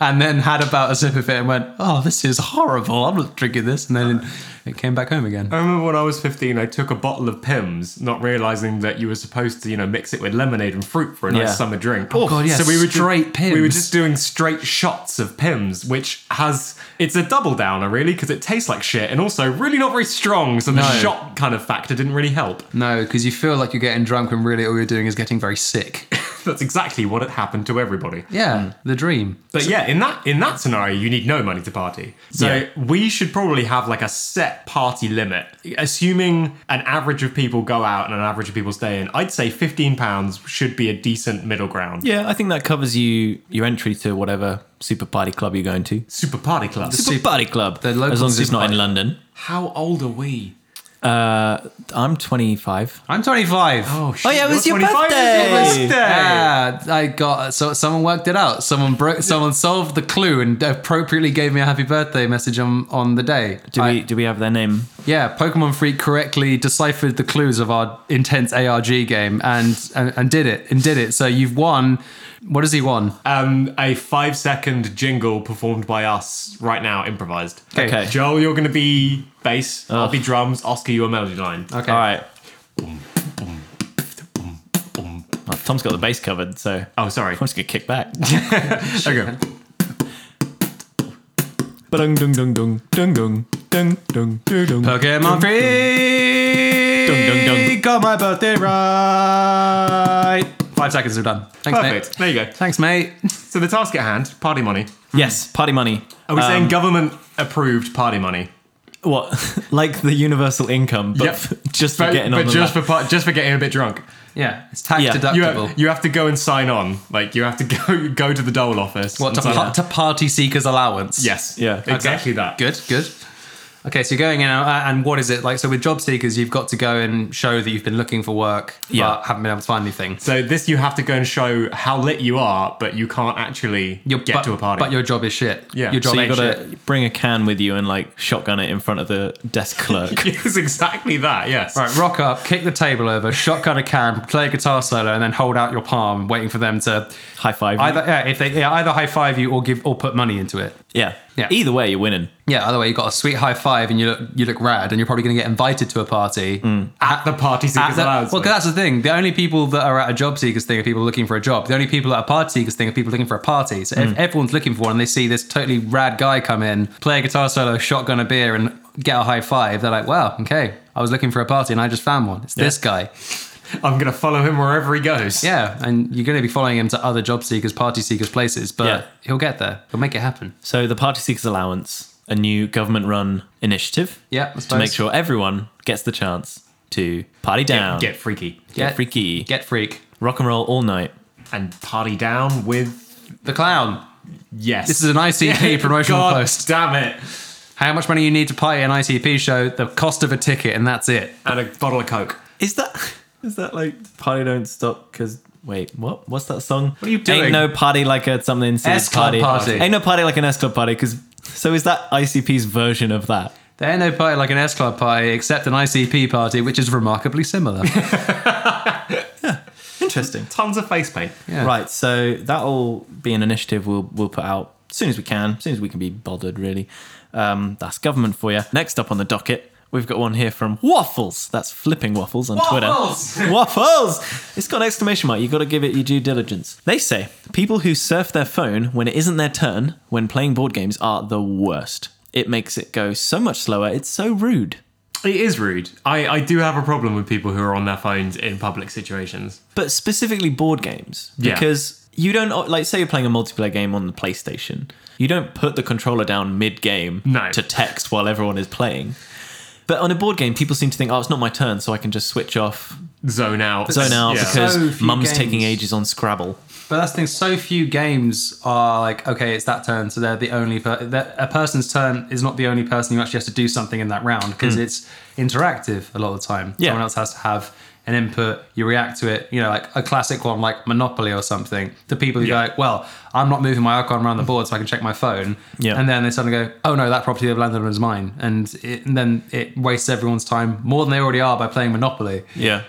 Speaker 3: and then had about a sip of it and went, "Oh, this is horrible! I'm not drinking this." And then it came back home again.
Speaker 2: I remember when I was 15, I took a bottle of Pims, not realizing that you were supposed to, you know, mix it with lemonade and fruit for a nice
Speaker 1: Yeah.
Speaker 2: summer drink.
Speaker 1: Oh, God,
Speaker 3: yeah,
Speaker 2: were ju-
Speaker 3: straight Pimm's.
Speaker 2: We were just doing straight shots of Pims, which has it's a double downer really because it tastes like shit and also really not very strong. So the
Speaker 3: No.
Speaker 2: shot kind of factor didn't really help.
Speaker 3: No, because you feel like you're getting drunk when really all you're doing is getting very sick.
Speaker 2: That's exactly what had happened to everybody.
Speaker 3: Yeah, the dream.
Speaker 2: But yeah, in that in that scenario, you need no money to party. So
Speaker 1: Yeah.
Speaker 2: we should probably have like a set party limit. Assuming an average of people go out and an average of people stay in, I'd say fifteen pounds should be a decent middle ground.
Speaker 1: Yeah, I think that covers you your entry to whatever super party club you're going to.
Speaker 2: Super party club.
Speaker 1: Super,
Speaker 3: Super-
Speaker 1: party club.
Speaker 3: the local
Speaker 1: as long as it's
Speaker 3: super
Speaker 1: not in
Speaker 3: party.
Speaker 1: London.
Speaker 2: How old are we?
Speaker 1: Uh, I'm 25.
Speaker 3: I'm 25.
Speaker 1: Oh, yeah, it was
Speaker 2: you're
Speaker 1: your
Speaker 2: 25, it's your
Speaker 1: birthday!
Speaker 3: Yeah, Ah, I got so someone worked it out. Someone broke. Someone solved the clue and appropriately gave me a happy birthday message on on the day.
Speaker 1: Do
Speaker 3: I-
Speaker 1: we do we have their name?
Speaker 3: Yeah, Pokemon Freak correctly deciphered the clues of our intense ARG game and, and and did it and did it. So you've won. What has he won?
Speaker 1: Uh,
Speaker 2: Um, a five second jingle performed by us right now, improvised.
Speaker 3: Okay.
Speaker 1: Okay. Oh.
Speaker 2: Joel, you're gonna be bass. I'll be drums. Oscar, you're melody line.
Speaker 3: Okay.
Speaker 1: All right. Well, Tom's got the bass covered, so
Speaker 2: Oh, sorry.
Speaker 1: I'm just gonna kick back.
Speaker 2: Okay.
Speaker 1: dung dung dung dung dung dung dung dung dung.
Speaker 3: Pokemon Freak
Speaker 1: Dun, dun, dun.
Speaker 3: got my birthday right. Five seconds are done. Thanks,
Speaker 2: Perfect.
Speaker 3: mate.
Speaker 2: There you go.
Speaker 3: Thanks, mate.
Speaker 2: So the task at hand: party money.
Speaker 1: Yes, party money. Um,
Speaker 2: Are we
Speaker 3: Um,
Speaker 2: saying government approved party money?
Speaker 1: What? like the universal income, but
Speaker 2: Yep.
Speaker 1: f- just for
Speaker 2: But,
Speaker 1: getting on
Speaker 2: but
Speaker 1: the
Speaker 2: just
Speaker 1: lap.
Speaker 2: for par- just for getting a bit drunk,
Speaker 3: Yeah, it's tax
Speaker 1: Yeah.
Speaker 3: deductible.
Speaker 2: you have, you have to go and sign on. Like you have to go go to the dole office.
Speaker 3: what
Speaker 2: and
Speaker 3: to,
Speaker 2: sign
Speaker 3: pa-
Speaker 2: up.
Speaker 3: to party seekers allowance?
Speaker 2: Yes.
Speaker 1: Yeah.
Speaker 2: Exactly that.
Speaker 3: Good, good. Okay, so you're going in, uh, and what is it like? So with job seekers, you've got to go and show that you've been looking for work,
Speaker 1: Yeah.
Speaker 3: but haven't been able to find anything.
Speaker 2: So this you have to go and show how lit you are, but you can't actually
Speaker 3: Your-
Speaker 2: get
Speaker 3: but,
Speaker 2: to a party.
Speaker 3: but your job is shit.
Speaker 2: Yeah.
Speaker 3: your
Speaker 1: So
Speaker 3: job
Speaker 1: you
Speaker 3: ain't
Speaker 1: gotta
Speaker 3: shit.
Speaker 1: bring a can with you and like shotgun it in front of the desk clerk.
Speaker 2: it's exactly that. Yes.
Speaker 3: Right, rock up, kick the table over, shotgun a can, play a guitar solo, and then hold out your palm, waiting for them to
Speaker 1: High five.
Speaker 3: either yeah, if they yeah, either high five you or give or put money into it.
Speaker 1: Yeah.
Speaker 3: Yeah.
Speaker 1: Either way, you're winning.
Speaker 3: Yeah, either way, you got a sweet high five and you look you look rad, and you're probably going to get invited to a party.
Speaker 2: At the party seekers
Speaker 3: At the-
Speaker 2: allowance.
Speaker 3: well, 'cause that's the thing. The only people that are at a job seekers thing are people looking for a job. The only people at a party seekers thing are people looking for a party. So
Speaker 1: Hmm.
Speaker 3: if everyone's looking for one, and they see this totally rad guy come in, play a guitar solo, shotgun a beer, and get a high five, they're like, "Wow, okay, I was looking for a party and I just found one. It's this guy."
Speaker 2: I'm going to follow him wherever he goes.
Speaker 3: Yeah, and you're going to be following him to other job seekers, party seekers places, but
Speaker 1: Yeah.
Speaker 3: he'll get there. He'll make it happen.
Speaker 1: So the Party Seekers Allowance, a new government-run initiative
Speaker 3: Yeah, I
Speaker 1: to
Speaker 3: suppose.
Speaker 1: make sure everyone gets the chance to party down,
Speaker 2: Get freaky.
Speaker 1: get freaky,
Speaker 3: Get freak.
Speaker 1: rock and roll all night.
Speaker 2: And party down with.
Speaker 3: The clown.
Speaker 2: Yes.
Speaker 3: This is an ICP promotional
Speaker 2: God
Speaker 3: post.
Speaker 2: damn it.
Speaker 3: How much money you need to party at an ICP show, the cost of a ticket, and that's it.
Speaker 2: And a bottle of Coke.
Speaker 1: Is that is that like party don't stop? Because wait, what? What's that song? What
Speaker 3: are you doing?
Speaker 1: Ain't no party like a something. so
Speaker 3: S
Speaker 1: it's
Speaker 3: Club party.
Speaker 1: Ain't no party like an S club party. Because so is that ICP's version of that?
Speaker 3: There ain't no party like an S Club party except an ICP party, which is remarkably similar.
Speaker 1: Interesting.
Speaker 2: Tons of face paint.
Speaker 3: Yeah.
Speaker 1: Right, so that'll be an initiative we'll we'll put out as soon as we can, as soon as we can be bothered, really. Um, that's government for you. Next up on the docket, we've got one here from Waffles. That's flipping waffles on
Speaker 2: Waffles!
Speaker 1: Twitter. waffles! It's got an exclamation mark. You've got to give it your due diligence. They say people who surf their phone when it isn't their turn when playing board games are the worst. It makes it go so much slower. It's so rude.
Speaker 2: It is rude. I, I do have a problem with people who are on their phones in public situations.
Speaker 1: but specifically board games
Speaker 2: Yeah.
Speaker 1: because you don't like say you're playing a multiplayer game on the PlayStation. You don't put the controller down mid game
Speaker 2: No.
Speaker 1: to text while everyone is playing. But on a board game, people seem to think, "Oh, it's not my turn, so I can just switch off,
Speaker 2: Zone out.
Speaker 1: zone out
Speaker 2: Yeah.
Speaker 1: because
Speaker 3: So few
Speaker 1: mum's
Speaker 3: games.
Speaker 1: taking ages on Scrabble."
Speaker 3: But that's the thing. So few games are like, okay, it's that turn, so they're the only per- that a person's turn is not the only person who actually has to do something in that round because it's interactive a lot of the time.
Speaker 1: Hmm. Yeah.
Speaker 3: Someone else has to have an input. You react to it. You know, like a classic one like Monopoly or something. The people who
Speaker 2: Yeah.
Speaker 3: go, well, I'm not moving my icon around the board so I can check my phone.
Speaker 1: Yeah.
Speaker 3: And then they suddenly go, oh no, that property of landed on is mine, and, it, and then it wastes everyone's time more than they already are by playing Monopoly.
Speaker 1: Yeah,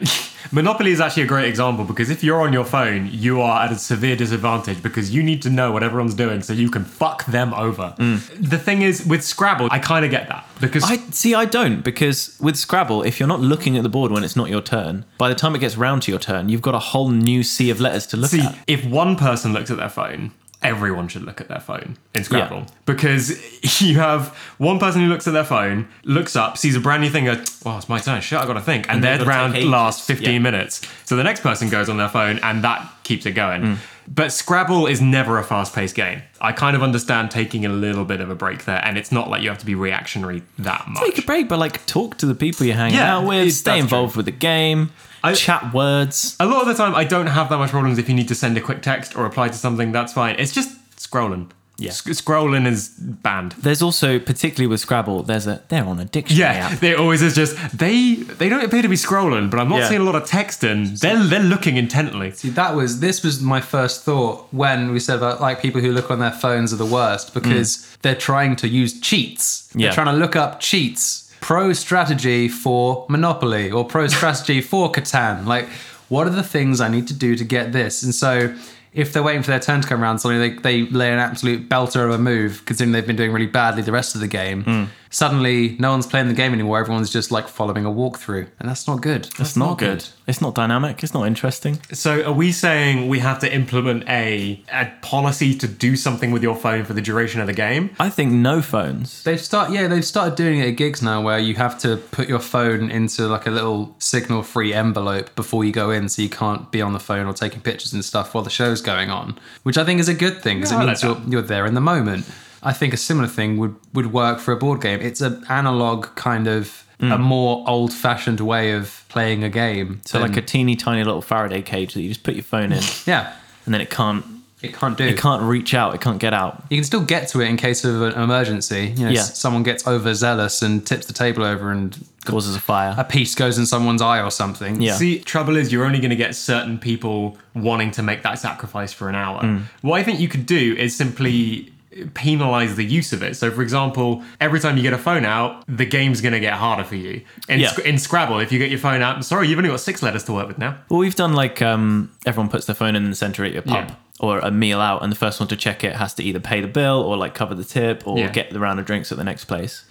Speaker 2: Monopoly is actually a great example because if you're on your phone, you are at a severe disadvantage because you need to know what everyone's doing so you can fuck them over.
Speaker 3: Mm.
Speaker 2: The thing is, with Scrabble, I kind of get that because
Speaker 1: I see. I don't because with Scrabble, if you're not looking at the board when it's not your turn, by the time it gets round to your turn, you've got a whole new sea of letters to look
Speaker 2: see
Speaker 1: at.
Speaker 2: if one person looks at their phone, everyone should look at their phone in Scrabble because you have one person who looks at their phone, looks up, sees a brand new thing, goes, "Well, it's my turn. Shit, I got to think," and, their
Speaker 1: they've gotta
Speaker 2: round
Speaker 1: take ages.
Speaker 2: lasts fifteen
Speaker 1: Yeah.
Speaker 2: minutes. So the next person goes on their phone, and that keeps it going.
Speaker 1: Mm.
Speaker 2: But Scrabble is never a fast-paced game. I kind of understand taking a little bit of a break there, and it's not like you have to be reactionary that much.
Speaker 1: Take a break, but like talk to the people you're hanging
Speaker 2: Yeah,
Speaker 1: out with,
Speaker 2: it's-
Speaker 1: stay
Speaker 2: that's true.
Speaker 1: involved with the game,
Speaker 2: I-
Speaker 1: chat words.
Speaker 2: a lot of the time, I don't have that much problems if you need to send a quick text or reply to something. That's fine. It's just scrolling.
Speaker 1: Yeah.
Speaker 2: Sc- scrolling is banned.
Speaker 1: There's also, particularly with Scrabble, there's a they're on a dictionary
Speaker 2: Yeah,
Speaker 1: app.
Speaker 2: they always is just they they don't appear to be scrolling, but I'm not
Speaker 1: Yeah.
Speaker 2: seeing a lot of texting. They're they're looking intently.
Speaker 3: See, that was this was my first thought when we said about like people who look on their phones are the worst because they're trying to use cheats.
Speaker 1: Mm. Yeah.
Speaker 3: They're trying to look up cheats, pro strategy for Monopoly or pro strategy for Catan. Like, what are the things I need to do to get this? And so. If they're waiting for their turn to come around, suddenly they, they lay an absolute belter of a move, considering they've been doing really badly the rest of the game.
Speaker 1: Mm.
Speaker 3: Suddenly, no one's playing the game anymore. Everyone's just like following a walkthrough, and that's not good.
Speaker 1: It's not good. It's not dynamic. It's not interesting.
Speaker 2: So are we saying we have to implement a a policy to do something with your phone for the duration of the game?
Speaker 1: I think no phones.
Speaker 3: They've start yeah, they've started doing it at gigs now where you have to put your phone into like a little signal free envelope before you go in so you can't be on the phone or taking pictures and stuff while the show's going on. Which I think is a good thing because
Speaker 2: Yeah, I
Speaker 3: it
Speaker 2: like
Speaker 3: means you're, you're there in the moment. I think a similar thing would, would work for a board game. It's an analog kind of a more old fashioned way of playing a game.
Speaker 1: So like a teeny tiny little Faraday cage that you just put your phone in,
Speaker 3: Yeah.
Speaker 1: and then it can't
Speaker 3: It can't do
Speaker 1: it can't reach out. It can't get out.
Speaker 3: you can still get to it in case of an emergency. You know,
Speaker 1: Yeah.
Speaker 3: s- someone gets overzealous and tips the table over and
Speaker 1: Causes a fire.
Speaker 3: a piece goes in someone's eye or something.
Speaker 1: Yeah.
Speaker 2: See, trouble is you're only going to get certain
Speaker 1: Mm.
Speaker 2: people wanting to make that sacrifice for an hour. What I think you could do is simply penalize the use of it. So, for example, every time you get a phone out, the game's going to get harder for you. In,
Speaker 1: Yeah.
Speaker 2: Sc- in Scrabble, if you get your phone out, I'm sorry, you've only got six letters to work with now.
Speaker 1: Well, we've done like um, everyone puts their phone in the center at your pub
Speaker 2: Yeah.
Speaker 1: or a meal out, and the first one to check it has to either pay the bill or like cover the tip or
Speaker 2: Yeah.
Speaker 1: get the round of drinks at the next place,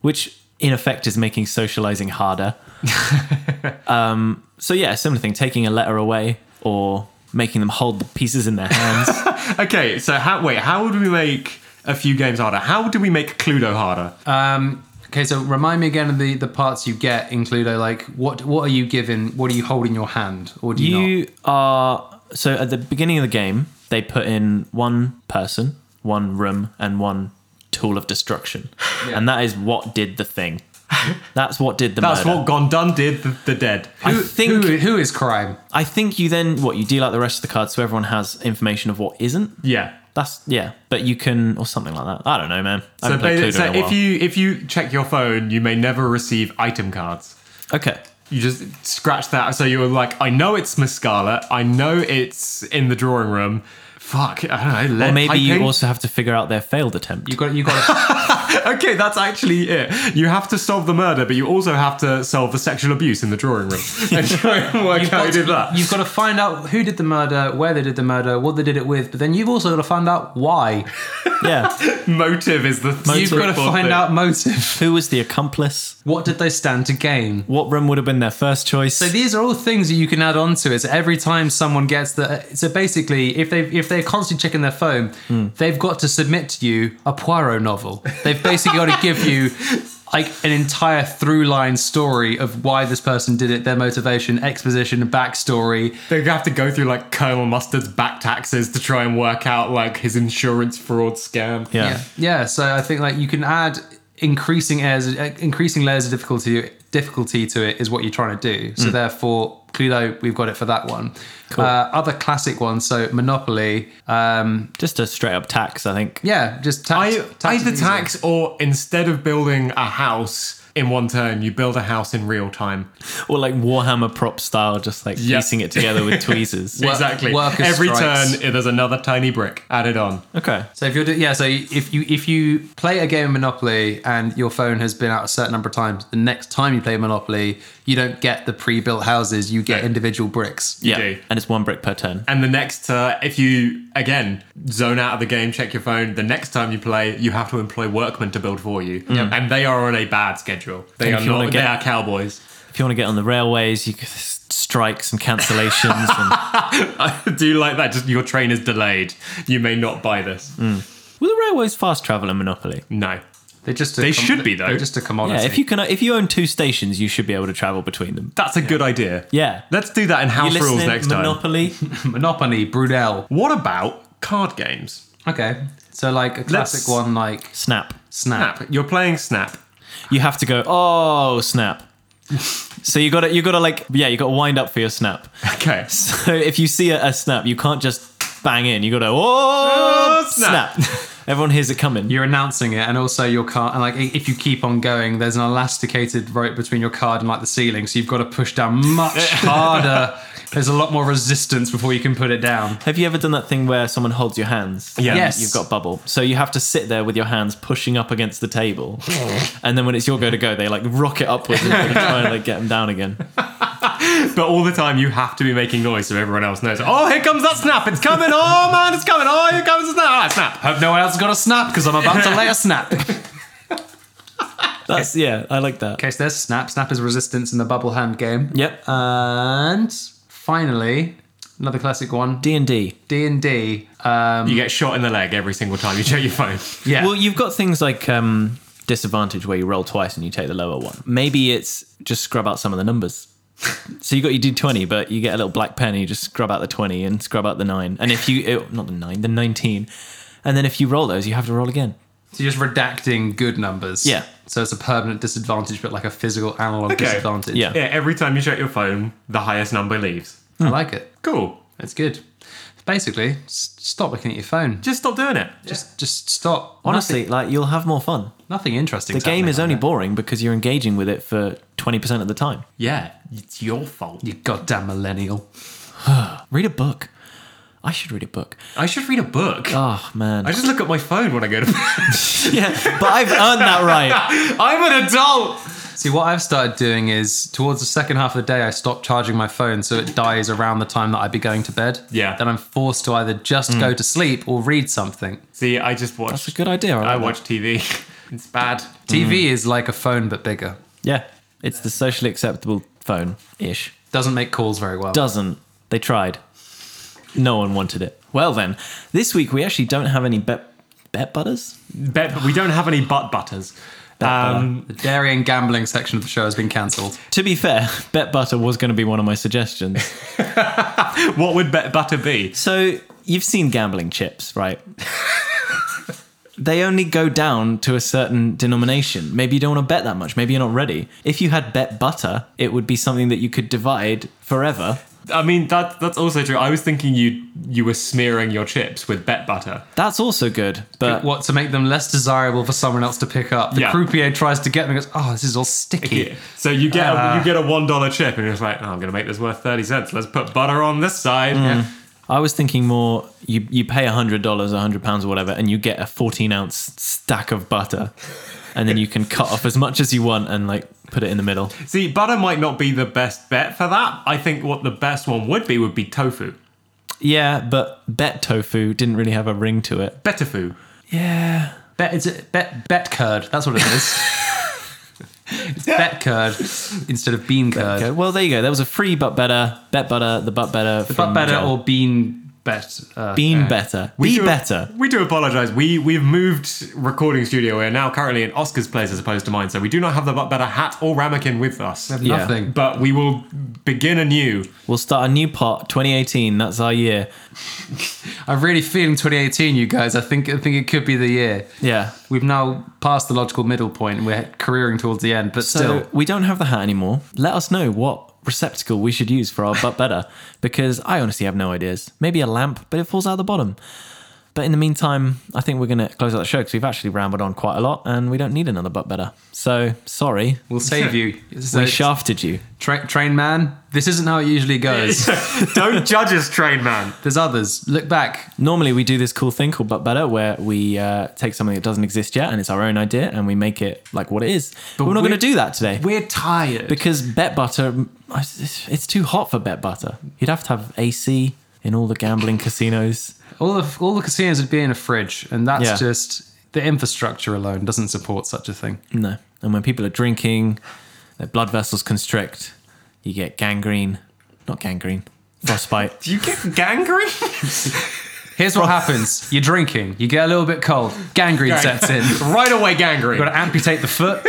Speaker 1: which in effect is making socializing harder. um, so yeah, similar thing, taking a letter away or making them hold the pieces in their hands.
Speaker 2: Okay, so how, wait, how would we make a few games harder? How do we make Cluedo harder?
Speaker 1: Uh,
Speaker 3: Um, okay, so remind me again of the, the parts you get in Cluedo. Like, what what are you given? What do you hold in your hand, or do you, not?
Speaker 1: You are so at the beginning of the game, they put in one person, one room, and one tool of destruction, and that is what did the thing. That's what did the
Speaker 2: That's
Speaker 1: murder.
Speaker 2: what Gondun did, the, the dead.
Speaker 1: I
Speaker 3: Who-
Speaker 1: think
Speaker 3: who, who is crime?
Speaker 1: I think you then what you deal out the rest of the cards, so everyone has information of what isn't.
Speaker 2: Yeah.
Speaker 1: That's yeah, but you can or something like that. I don't know, man. I
Speaker 2: So,
Speaker 1: haven't played
Speaker 2: ba-
Speaker 1: Cluedo
Speaker 2: so
Speaker 1: in a
Speaker 2: if
Speaker 1: while.
Speaker 2: you if you check your phone, you may never receive item cards.
Speaker 1: okay,
Speaker 2: You just scratch that. So you were like, I know it's Miss Scarlet. I know it's in the drawing room. Fuck, I don't know.
Speaker 1: or
Speaker 2: lead
Speaker 1: maybe you
Speaker 2: piping?
Speaker 1: also have to figure out their failed attempt.
Speaker 3: You got you got.
Speaker 2: Okay, that's actually it. You have to solve the murder, but you also have to solve the sexual abuse in the drawing room and try and work out who
Speaker 3: to,
Speaker 2: did that.
Speaker 3: You've got to find out who did the murder, where they did the murder, what they did it with, but then you've also got to find out why.
Speaker 1: yeah,
Speaker 2: Motive is the
Speaker 1: Motive.
Speaker 3: You've got to
Speaker 2: important
Speaker 3: find
Speaker 2: thing.
Speaker 3: out motive.
Speaker 1: who was the accomplice?
Speaker 3: What did they stand to gain?
Speaker 1: What room would have been their first choice?
Speaker 3: So these are all things that you can add on to it. So every time someone gets the, so basically, if they if they're constantly checking their phone,
Speaker 1: Hmm.
Speaker 3: they've got to submit to you a Poirot novel. They've basically got to give you like an entire through line story of why this person did it, their motivation, exposition, backstory.
Speaker 2: They have to go through like Colonel Mustard's back taxes to try and work out like his insurance fraud scam.
Speaker 1: yeah.
Speaker 3: yeah yeah so i think like you can add increasing layers increasing layers of difficulty difficulty to it is what you're trying to do so therefore cluedo we've got it for that one
Speaker 1: Hmm. Cool.
Speaker 3: uh, other classic ones so monopoly um
Speaker 1: just a straight up tax. I think.
Speaker 3: yeah just tax,
Speaker 2: I,
Speaker 3: tax
Speaker 2: either
Speaker 3: is easier.
Speaker 2: tax or instead of building a house in one turn, you build a house in real time.
Speaker 1: Or like Warhammer prop style, just like
Speaker 2: Yeah.
Speaker 1: piecing it together with tweezers.
Speaker 3: Wor-
Speaker 2: exactly.
Speaker 3: worker
Speaker 2: Every
Speaker 3: strikes.
Speaker 2: turn, there's another tiny brick added on.
Speaker 1: okay.
Speaker 3: so if you're do- yeah so if you if you play a game of monopoly and your phone has been out a certain number of times the next time you play monopoly you don't get the pre-built houses you get
Speaker 2: No.
Speaker 3: individual bricks
Speaker 1: Yeah.
Speaker 2: do.
Speaker 1: And it's one brick per turn.
Speaker 2: And the next, uh, if you again zone out of the game, check your phone. The next time you play, you have to employ workmen to build for you, and they are on a bad schedule. They
Speaker 1: And
Speaker 2: are
Speaker 1: if you wanna
Speaker 2: not. They
Speaker 1: get-
Speaker 2: are cowboys.
Speaker 1: If you want to get on the railways, you could strikes and cancellations. and,
Speaker 2: Do you like that? Just your train is delayed. You may not buy this.
Speaker 1: Mm. will the railways fast travel in Monopoly?
Speaker 2: No.
Speaker 3: they're just a
Speaker 2: They should be, though.
Speaker 3: they're just a commodity
Speaker 1: Yeah. If you can, if you own two stations, you should be able to travel between them.
Speaker 2: That's a good idea.
Speaker 1: Yeah.
Speaker 2: Let's do that in
Speaker 1: You
Speaker 2: house rules
Speaker 1: listening,
Speaker 2: next time.
Speaker 1: Monopoly.
Speaker 3: Monopoly, Brudel.
Speaker 2: What about card games?
Speaker 3: Okay. So like a
Speaker 2: Let's-
Speaker 3: classic one like
Speaker 1: Snap.
Speaker 3: Snap.
Speaker 2: Snap. You're playing Snap.
Speaker 1: You have to go. Oh, snap. So you got to you got to like yeah you got to wind up for your snap.
Speaker 2: Okay.
Speaker 1: So if you see a, a snap, you can't just bang in. You got to oh
Speaker 2: Oh, snap."
Speaker 1: snap. Everyone hears it coming.
Speaker 3: You're announcing it and also your card and like i- if you keep on going, there's an elasticated rope between your card and like the ceiling, so you've got to push down much harder. There's a lot more resistance before you can put it down.
Speaker 1: Have you ever done that thing where someone holds your hands?
Speaker 2: Yeah.
Speaker 3: Yes.
Speaker 1: You've got bubble. So you have to sit there with your hands pushing up against the table. and then when it's your go to go, they like rock it upwards and like, try and like get them down again.
Speaker 2: But all the time, you have to be making noise so everyone else knows. Oh, here comes that snap! It's coming! Oh man, it's coming! Oh, here comes the snap! Ah, snap!
Speaker 3: Hope no one else has got a snap because I'm about to lay a snap. okay,
Speaker 1: That's, yeah, I like that.
Speaker 3: so there's snap. Snap is resistance in the bubble hand game.
Speaker 1: Yep. uh,
Speaker 3: And finally, another classic one,
Speaker 1: D&D.
Speaker 3: D and D. Uh,
Speaker 2: Um, You get shot in the leg every single time you check your phone.
Speaker 3: Yeah.
Speaker 1: Well, you've got things like um, disadvantage where you roll twice and you take the lower one. Maybe it's just scrub out some of the numbers. So you got your d20, but you get a little black pen and you just scrub out the 20 and scrub out the 9. And if you, it, not the 9, the 19. And then if you roll those, you have to roll again.
Speaker 3: So you're just redacting good numbers.
Speaker 1: Yeah.
Speaker 3: So it's a permanent disadvantage, but like a physical analog
Speaker 2: Okay.
Speaker 3: disadvantage.
Speaker 1: Yeah.
Speaker 2: Yeah, every time you check your phone, the highest number leaves.
Speaker 3: I like it.
Speaker 2: Cool.
Speaker 3: It's good. Basically, s- stop looking at your phone.
Speaker 2: Just stop doing it.
Speaker 3: Just, just stop.
Speaker 1: Honestly, like you'll have more fun.
Speaker 3: nothing, nothing interesting.
Speaker 1: The game is only boring because you're engaging with it for 20% of the time.
Speaker 2: Yeah, it's your fault.
Speaker 3: you goddamn millennial.
Speaker 1: Read a book. I should read a book.
Speaker 2: I should read a book.
Speaker 1: Oh man.
Speaker 2: I just look at my phone when I go to bed.
Speaker 1: yeah, but I've earned that right.
Speaker 2: I'm an adult.
Speaker 3: See, what I've started doing is towards the second half of the day, I stop charging my phone so it dies around the time that I'd be going to bed.
Speaker 2: Yeah.
Speaker 3: Then I'm forced to either just go to sleep or read something.
Speaker 2: See, I just
Speaker 1: That's a
Speaker 2: watch.
Speaker 1: good idea.
Speaker 2: I
Speaker 1: like
Speaker 2: watch TV. It's bad.
Speaker 3: TV is like a phone but bigger.
Speaker 1: that. Yeah, it's the socially acceptable phone ish.
Speaker 3: Doesn't make calls very well.
Speaker 1: Doesn't. They tried. No one wanted it. Well then, this week we actually don't have any bet bet butters.
Speaker 2: Bet we don't have any butt butters. Um,
Speaker 3: The dairy and gambling section of the show has been cancelled.
Speaker 1: To be fair, bet butter was going to be one of my suggestions.
Speaker 2: what would bet butter be?
Speaker 1: So you've seen gambling chips, right? they only go down to a certain denomination. Maybe you don't want to bet that much. Maybe you're not ready. If you had bet butter, it would be something that you could divide forever.
Speaker 2: I mean, that that's also true. I was thinking you you were smearing your chips with bet butter.
Speaker 1: That's also good, but
Speaker 3: what to make them less desirable for someone else to pick up? The
Speaker 2: Yeah.
Speaker 3: croupier tries to get them and goes, "Oh, this is all sticky."
Speaker 2: So you get a, you get a one dollar chip, and you're just like, oh, I'm gonna make this worth thirty cents. Let's put butter on this side.
Speaker 1: I was thinking more. You you pay hundred dollars, hundred pounds, or whatever, and you get a fourteen ounce stack of butter, and then you can cut off as much as you want and like put it in the middle.
Speaker 2: See, butter might not be the best bet for that. I think what the best one would be would be tofu.
Speaker 1: Yeah, but bet tofu didn't really have a ring to it.
Speaker 2: Better food.
Speaker 1: Yeah,
Speaker 3: Bet is it bet bet curd? That's what it is. it's bet curd instead of bean curd.
Speaker 1: Okay, well, there you go. There was a free but better, bet butter, the butt better, the
Speaker 3: But better or bean bet? Uh,
Speaker 1: bean better, be
Speaker 2: do-
Speaker 1: better.
Speaker 2: We do apologise. We we've moved recording studio. We're now currently in Oscar's place as opposed to mine, so we do not have the butt better hat or ramekin with us.
Speaker 1: Yeah.
Speaker 3: Nothing.
Speaker 2: But we will begin anew.
Speaker 1: We'll start a new pot, 2018. That's our year.
Speaker 3: I'm really feeling 2018, you guys. I think I think it could be the year.
Speaker 1: Yeah.
Speaker 3: We've now passed the logical middle point and we're careering towards the end, but
Speaker 1: So
Speaker 3: still.
Speaker 1: we don't have the hat anymore. Let us know what receptacle we should use for our butt better, because I honestly have no ideas. Maybe a lamp, but it falls out the bottom. But in the meantime, I think we're going to close out the show because we've actually rambled on quite a lot, and we don't need another butt better. So sorry,
Speaker 3: We'll save you. So,
Speaker 1: we shafted you.
Speaker 3: tra- train man, this isn't how it usually goes.
Speaker 2: Don't judge us, train man.
Speaker 3: There's others. Look back.
Speaker 1: Normally, we do this cool thing called But Better, where we uh, take something that doesn't exist yet and it's our own idea and we make it like what it is. But we're not
Speaker 2: we're-
Speaker 1: going to do that today
Speaker 2: We're tired.
Speaker 1: because Bet Butter, it's it's too hot for Bet Butter. You'd have to have AC in all the gambling casinos.
Speaker 3: All the all the casinos would be in a fridge, and that's
Speaker 1: Yeah.
Speaker 3: just the infrastructure alone doesn't support such a thing.
Speaker 1: No. And when people are drinking, their blood vessels constrict, you get gangrene. Not gangrene, frostbite.
Speaker 2: Do you get gangrene?
Speaker 3: Here's what happens: you're drinking, you get a little bit cold, gangrene
Speaker 2: Gang-
Speaker 3: sets in. You've
Speaker 2: right away, gangrene.
Speaker 3: got to amputate the foot.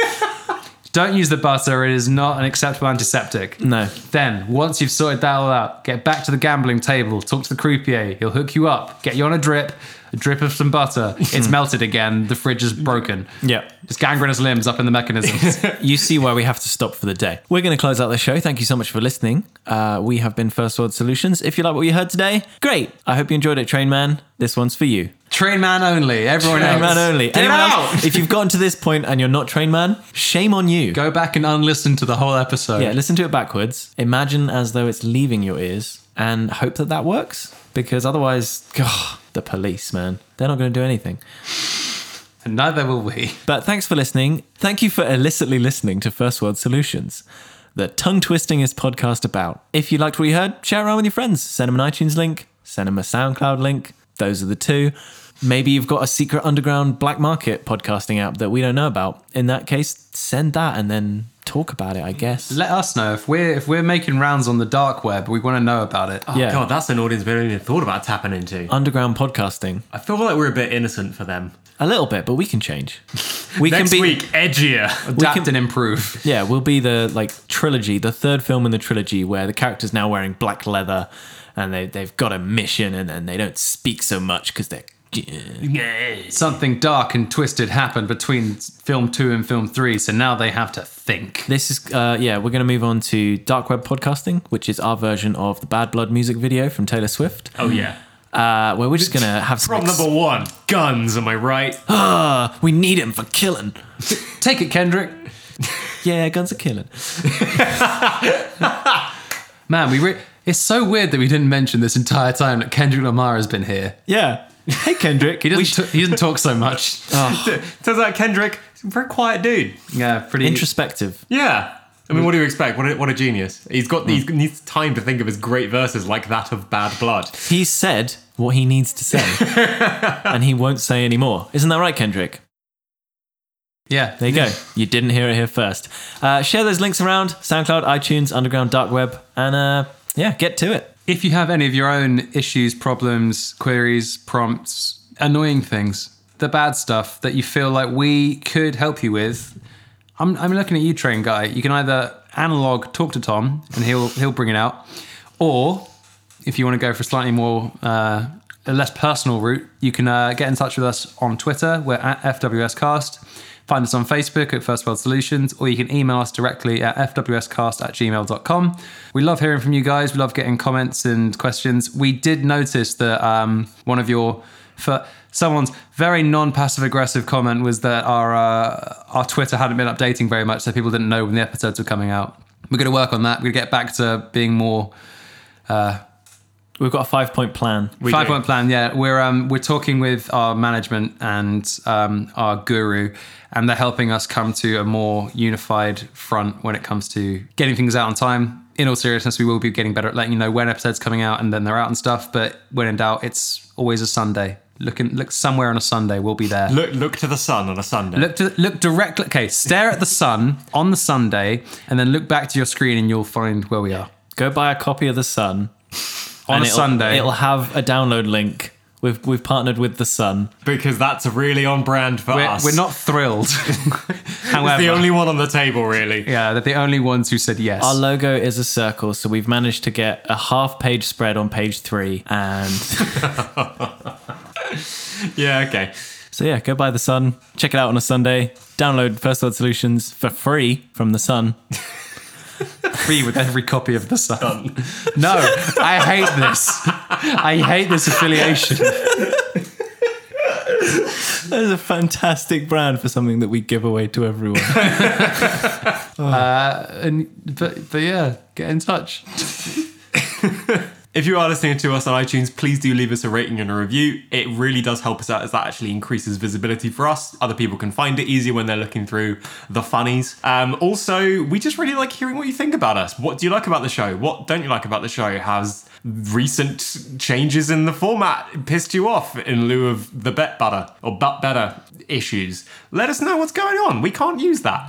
Speaker 3: Don't use the butter; it is not an acceptable antiseptic.
Speaker 1: No.
Speaker 3: Then, once you've sorted that all out, get back to the gambling table, talk to the croupier, he'll hook you up, get you on a drip, a drip of some butter. It's melted again, the fridge is broken.
Speaker 1: Yeah.
Speaker 3: Just gangrenous limbs up in the mechanisms.
Speaker 1: you see why we have to stop for the day. We're going to close out the show. Thank you so much for listening. Uh, we have been First World Solutions. If you like what you heard today, great. I hope you enjoyed it, Train Man. This one's for you.
Speaker 3: Train man only, everyone
Speaker 1: Train
Speaker 3: else.
Speaker 1: Man only.
Speaker 2: Get
Speaker 1: Anyone
Speaker 2: out!
Speaker 1: else? If you've gotten to this point and you're not Train Man, shame on you.
Speaker 3: Go back and unlisten to the whole episode.
Speaker 1: Yeah, listen to it backwards. Imagine as though it's leaving your ears and hope that that works because otherwise, God, the police, man, they're not going to do anything.
Speaker 3: And neither will we.
Speaker 1: But thanks for listening. Thank you for illicitly listening to First World Solutions, the tongue twistingest podcast about. If you liked what you heard, share it around with your friends. Send them an iTunes link, send them a SoundCloud link. Those are the two. Maybe you've got a secret underground black market podcasting app that we don't know about. In that case, send that and then talk about it, I guess.
Speaker 3: Let us know if we're if we're making rounds on the dark web. We want to know about it.
Speaker 2: Oh,
Speaker 1: yeah.
Speaker 2: God, that's an audience we haven't even thought about tapping into.
Speaker 1: Underground podcasting.
Speaker 2: I feel like we're a bit innocent for them.
Speaker 1: A little bit, but we can change. We
Speaker 2: Next
Speaker 1: can be
Speaker 2: week, edgier.
Speaker 3: Adapt
Speaker 1: can-
Speaker 3: and Oh, improve.
Speaker 1: Yeah, we'll be the like trilogy, the third film in the trilogy where the character's now wearing black leather and they, they've got a mission and, and they don't speak so much because they're.
Speaker 3: Something dark and twisted happened between film two and film three, so now they have to think.
Speaker 1: This is, uh, yeah, we're going to move on to Dark Web Podcasting, which is our version of the Bad Blood music video from Taylor Swift,
Speaker 2: Oh, yeah.
Speaker 1: uh, where we're just going to have some.
Speaker 2: Problem number one guns, am I right?
Speaker 1: Ah, we need him for killing.
Speaker 3: Take it, Kendrick.
Speaker 1: Yeah, guns are killing.
Speaker 3: Man, we re- It's so weird that we didn't mention this entire time that Kendrick Lamar has been here.
Speaker 1: Yeah. Hey Kendrick,
Speaker 3: He
Speaker 1: we
Speaker 3: doesn't,
Speaker 1: should-
Speaker 3: t- he doesn't talk so much.
Speaker 2: Turns out Kendrick, is a very quiet dude.
Speaker 3: Yeah, pretty
Speaker 1: introspective.
Speaker 2: Yeah. I mean, what do you expect? What a, what a genius. He's got these
Speaker 3: Hmm.
Speaker 2: he needs time to think of his great verses like that of Bad Blood.
Speaker 1: He said what he needs to say, and he won't say any more. Isn't that right, Kendrick?
Speaker 3: Yeah,
Speaker 1: There you go. You didn't hear it here first. Uh, share those links around SoundCloud, iTunes, Underground, Dark Web, and uh, yeah, get to it.
Speaker 3: If you have any of your own issues, problems, queries, prompts, annoying things, the bad stuff that you feel like we could help you with, I'm, I'm looking at you, train guy. You can either analog talk to Tom and he'll he'll bring it out, or if you want to go for a slightly more uh, a less personal route, you can uh, get in touch with us on Twitter. We're at FWScast. Find us on Facebook at First World Solutions, or you can email us directly at fwscast at gmail.com. We love hearing from you guys. We love getting comments and questions. We did notice that um, one of your, for someone's very non passive aggressive comment was that our, uh, our Twitter hadn't been updating very much, so people didn't know when the episodes were coming out. We're going to work on that. We're going to get back to being more
Speaker 1: We've got a five point plan.
Speaker 2: We
Speaker 3: Five
Speaker 2: do.
Speaker 3: point plan. Yeah, we're um, we're talking with our management and um, our guru, and they're helping us come to a more unified front when it comes to getting things out on time. In all seriousness, we will be getting better at letting you know when episodes coming out and then they're out and stuff. But when in doubt, it's always a Sunday. Looking look somewhere on a Sunday, we'll be there.
Speaker 2: Look look to the sun on a Sunday.
Speaker 3: Look to, look directly. Okay, stare at the sun on the Sunday, and then look back to your screen, and you'll find where we are
Speaker 1: Go buy a copy of The Sun
Speaker 3: on
Speaker 1: and
Speaker 3: a
Speaker 1: it'll-
Speaker 3: Sunday.
Speaker 1: It'll have a download link. We've we've partnered with The Sun.
Speaker 2: because that's really on brand for
Speaker 3: we're,
Speaker 2: us.
Speaker 3: we're not thrilled.
Speaker 2: It's
Speaker 3: However,
Speaker 2: the only one on the table, really.
Speaker 3: Yeah, they're the only ones who said yes.
Speaker 1: Our logo is a circle, so we've managed to get a half page spread on page three. And
Speaker 2: Yeah, okay.
Speaker 1: so yeah, go buy The Sun. Check it out on a Sunday. Download First World Solutions for free from The Sun.
Speaker 3: Free with every copy of The Sun. no, I hate this. I hate this affiliation.
Speaker 1: That is a fantastic brand for something that we give away to everyone.
Speaker 3: Uh, And but, but yeah, get in touch.
Speaker 2: If you are listening to us on iTunes, please do leave us a rating and a review. It really does help us out as that actually increases visibility for us. Other people can find it easier when they're looking through the funnies. Um, also, we just really like hearing what you think about us. What do you like about the show? What don't you like about the show? Has recent changes in the format pissed you off in lieu of the bet butter or butt better issues? Let us know what's going on. We can't use that.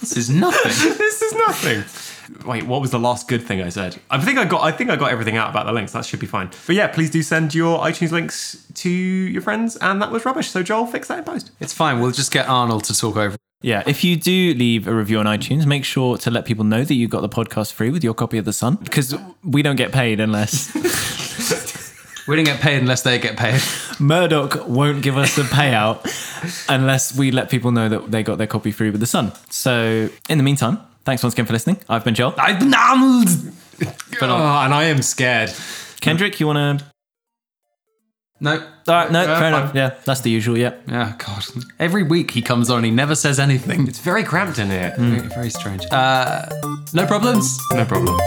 Speaker 3: This is nothing.
Speaker 2: this is nothing. Wait, what was the last good thing I said? I think I got I think I got everything out about the links. That should be fine. But yeah, please do send your iTunes links to your friends. And that was rubbish. So Joel, fix that in post.
Speaker 3: It's fine. We'll just get Arnold to talk over.
Speaker 1: Yeah, if you do leave a review on iTunes, make sure to let people know that you got the podcast free with your copy of The Sun because we don't get paid unless
Speaker 3: We didn't get paid unless they get paid.
Speaker 1: Murdoch won't give us a payout unless we let people know that they got their copy free with The Sun. So, in the meantime, thanks once again for listening. I've been Joel.
Speaker 3: I've been Arnold. But
Speaker 2: Oh,
Speaker 3: I'll-
Speaker 2: and I am scared.
Speaker 1: Kendrick, you want to.
Speaker 3: no.
Speaker 1: All right, no,
Speaker 2: Yeah,
Speaker 1: fair
Speaker 2: fine.
Speaker 1: enough. Uh, Yeah, that's the usual. Yeah.
Speaker 3: Oh God! Every week he comes on, he never says anything.
Speaker 2: It's very cramped in here. Mm.
Speaker 3: It's very strange. Uh, no problems.
Speaker 2: No problem.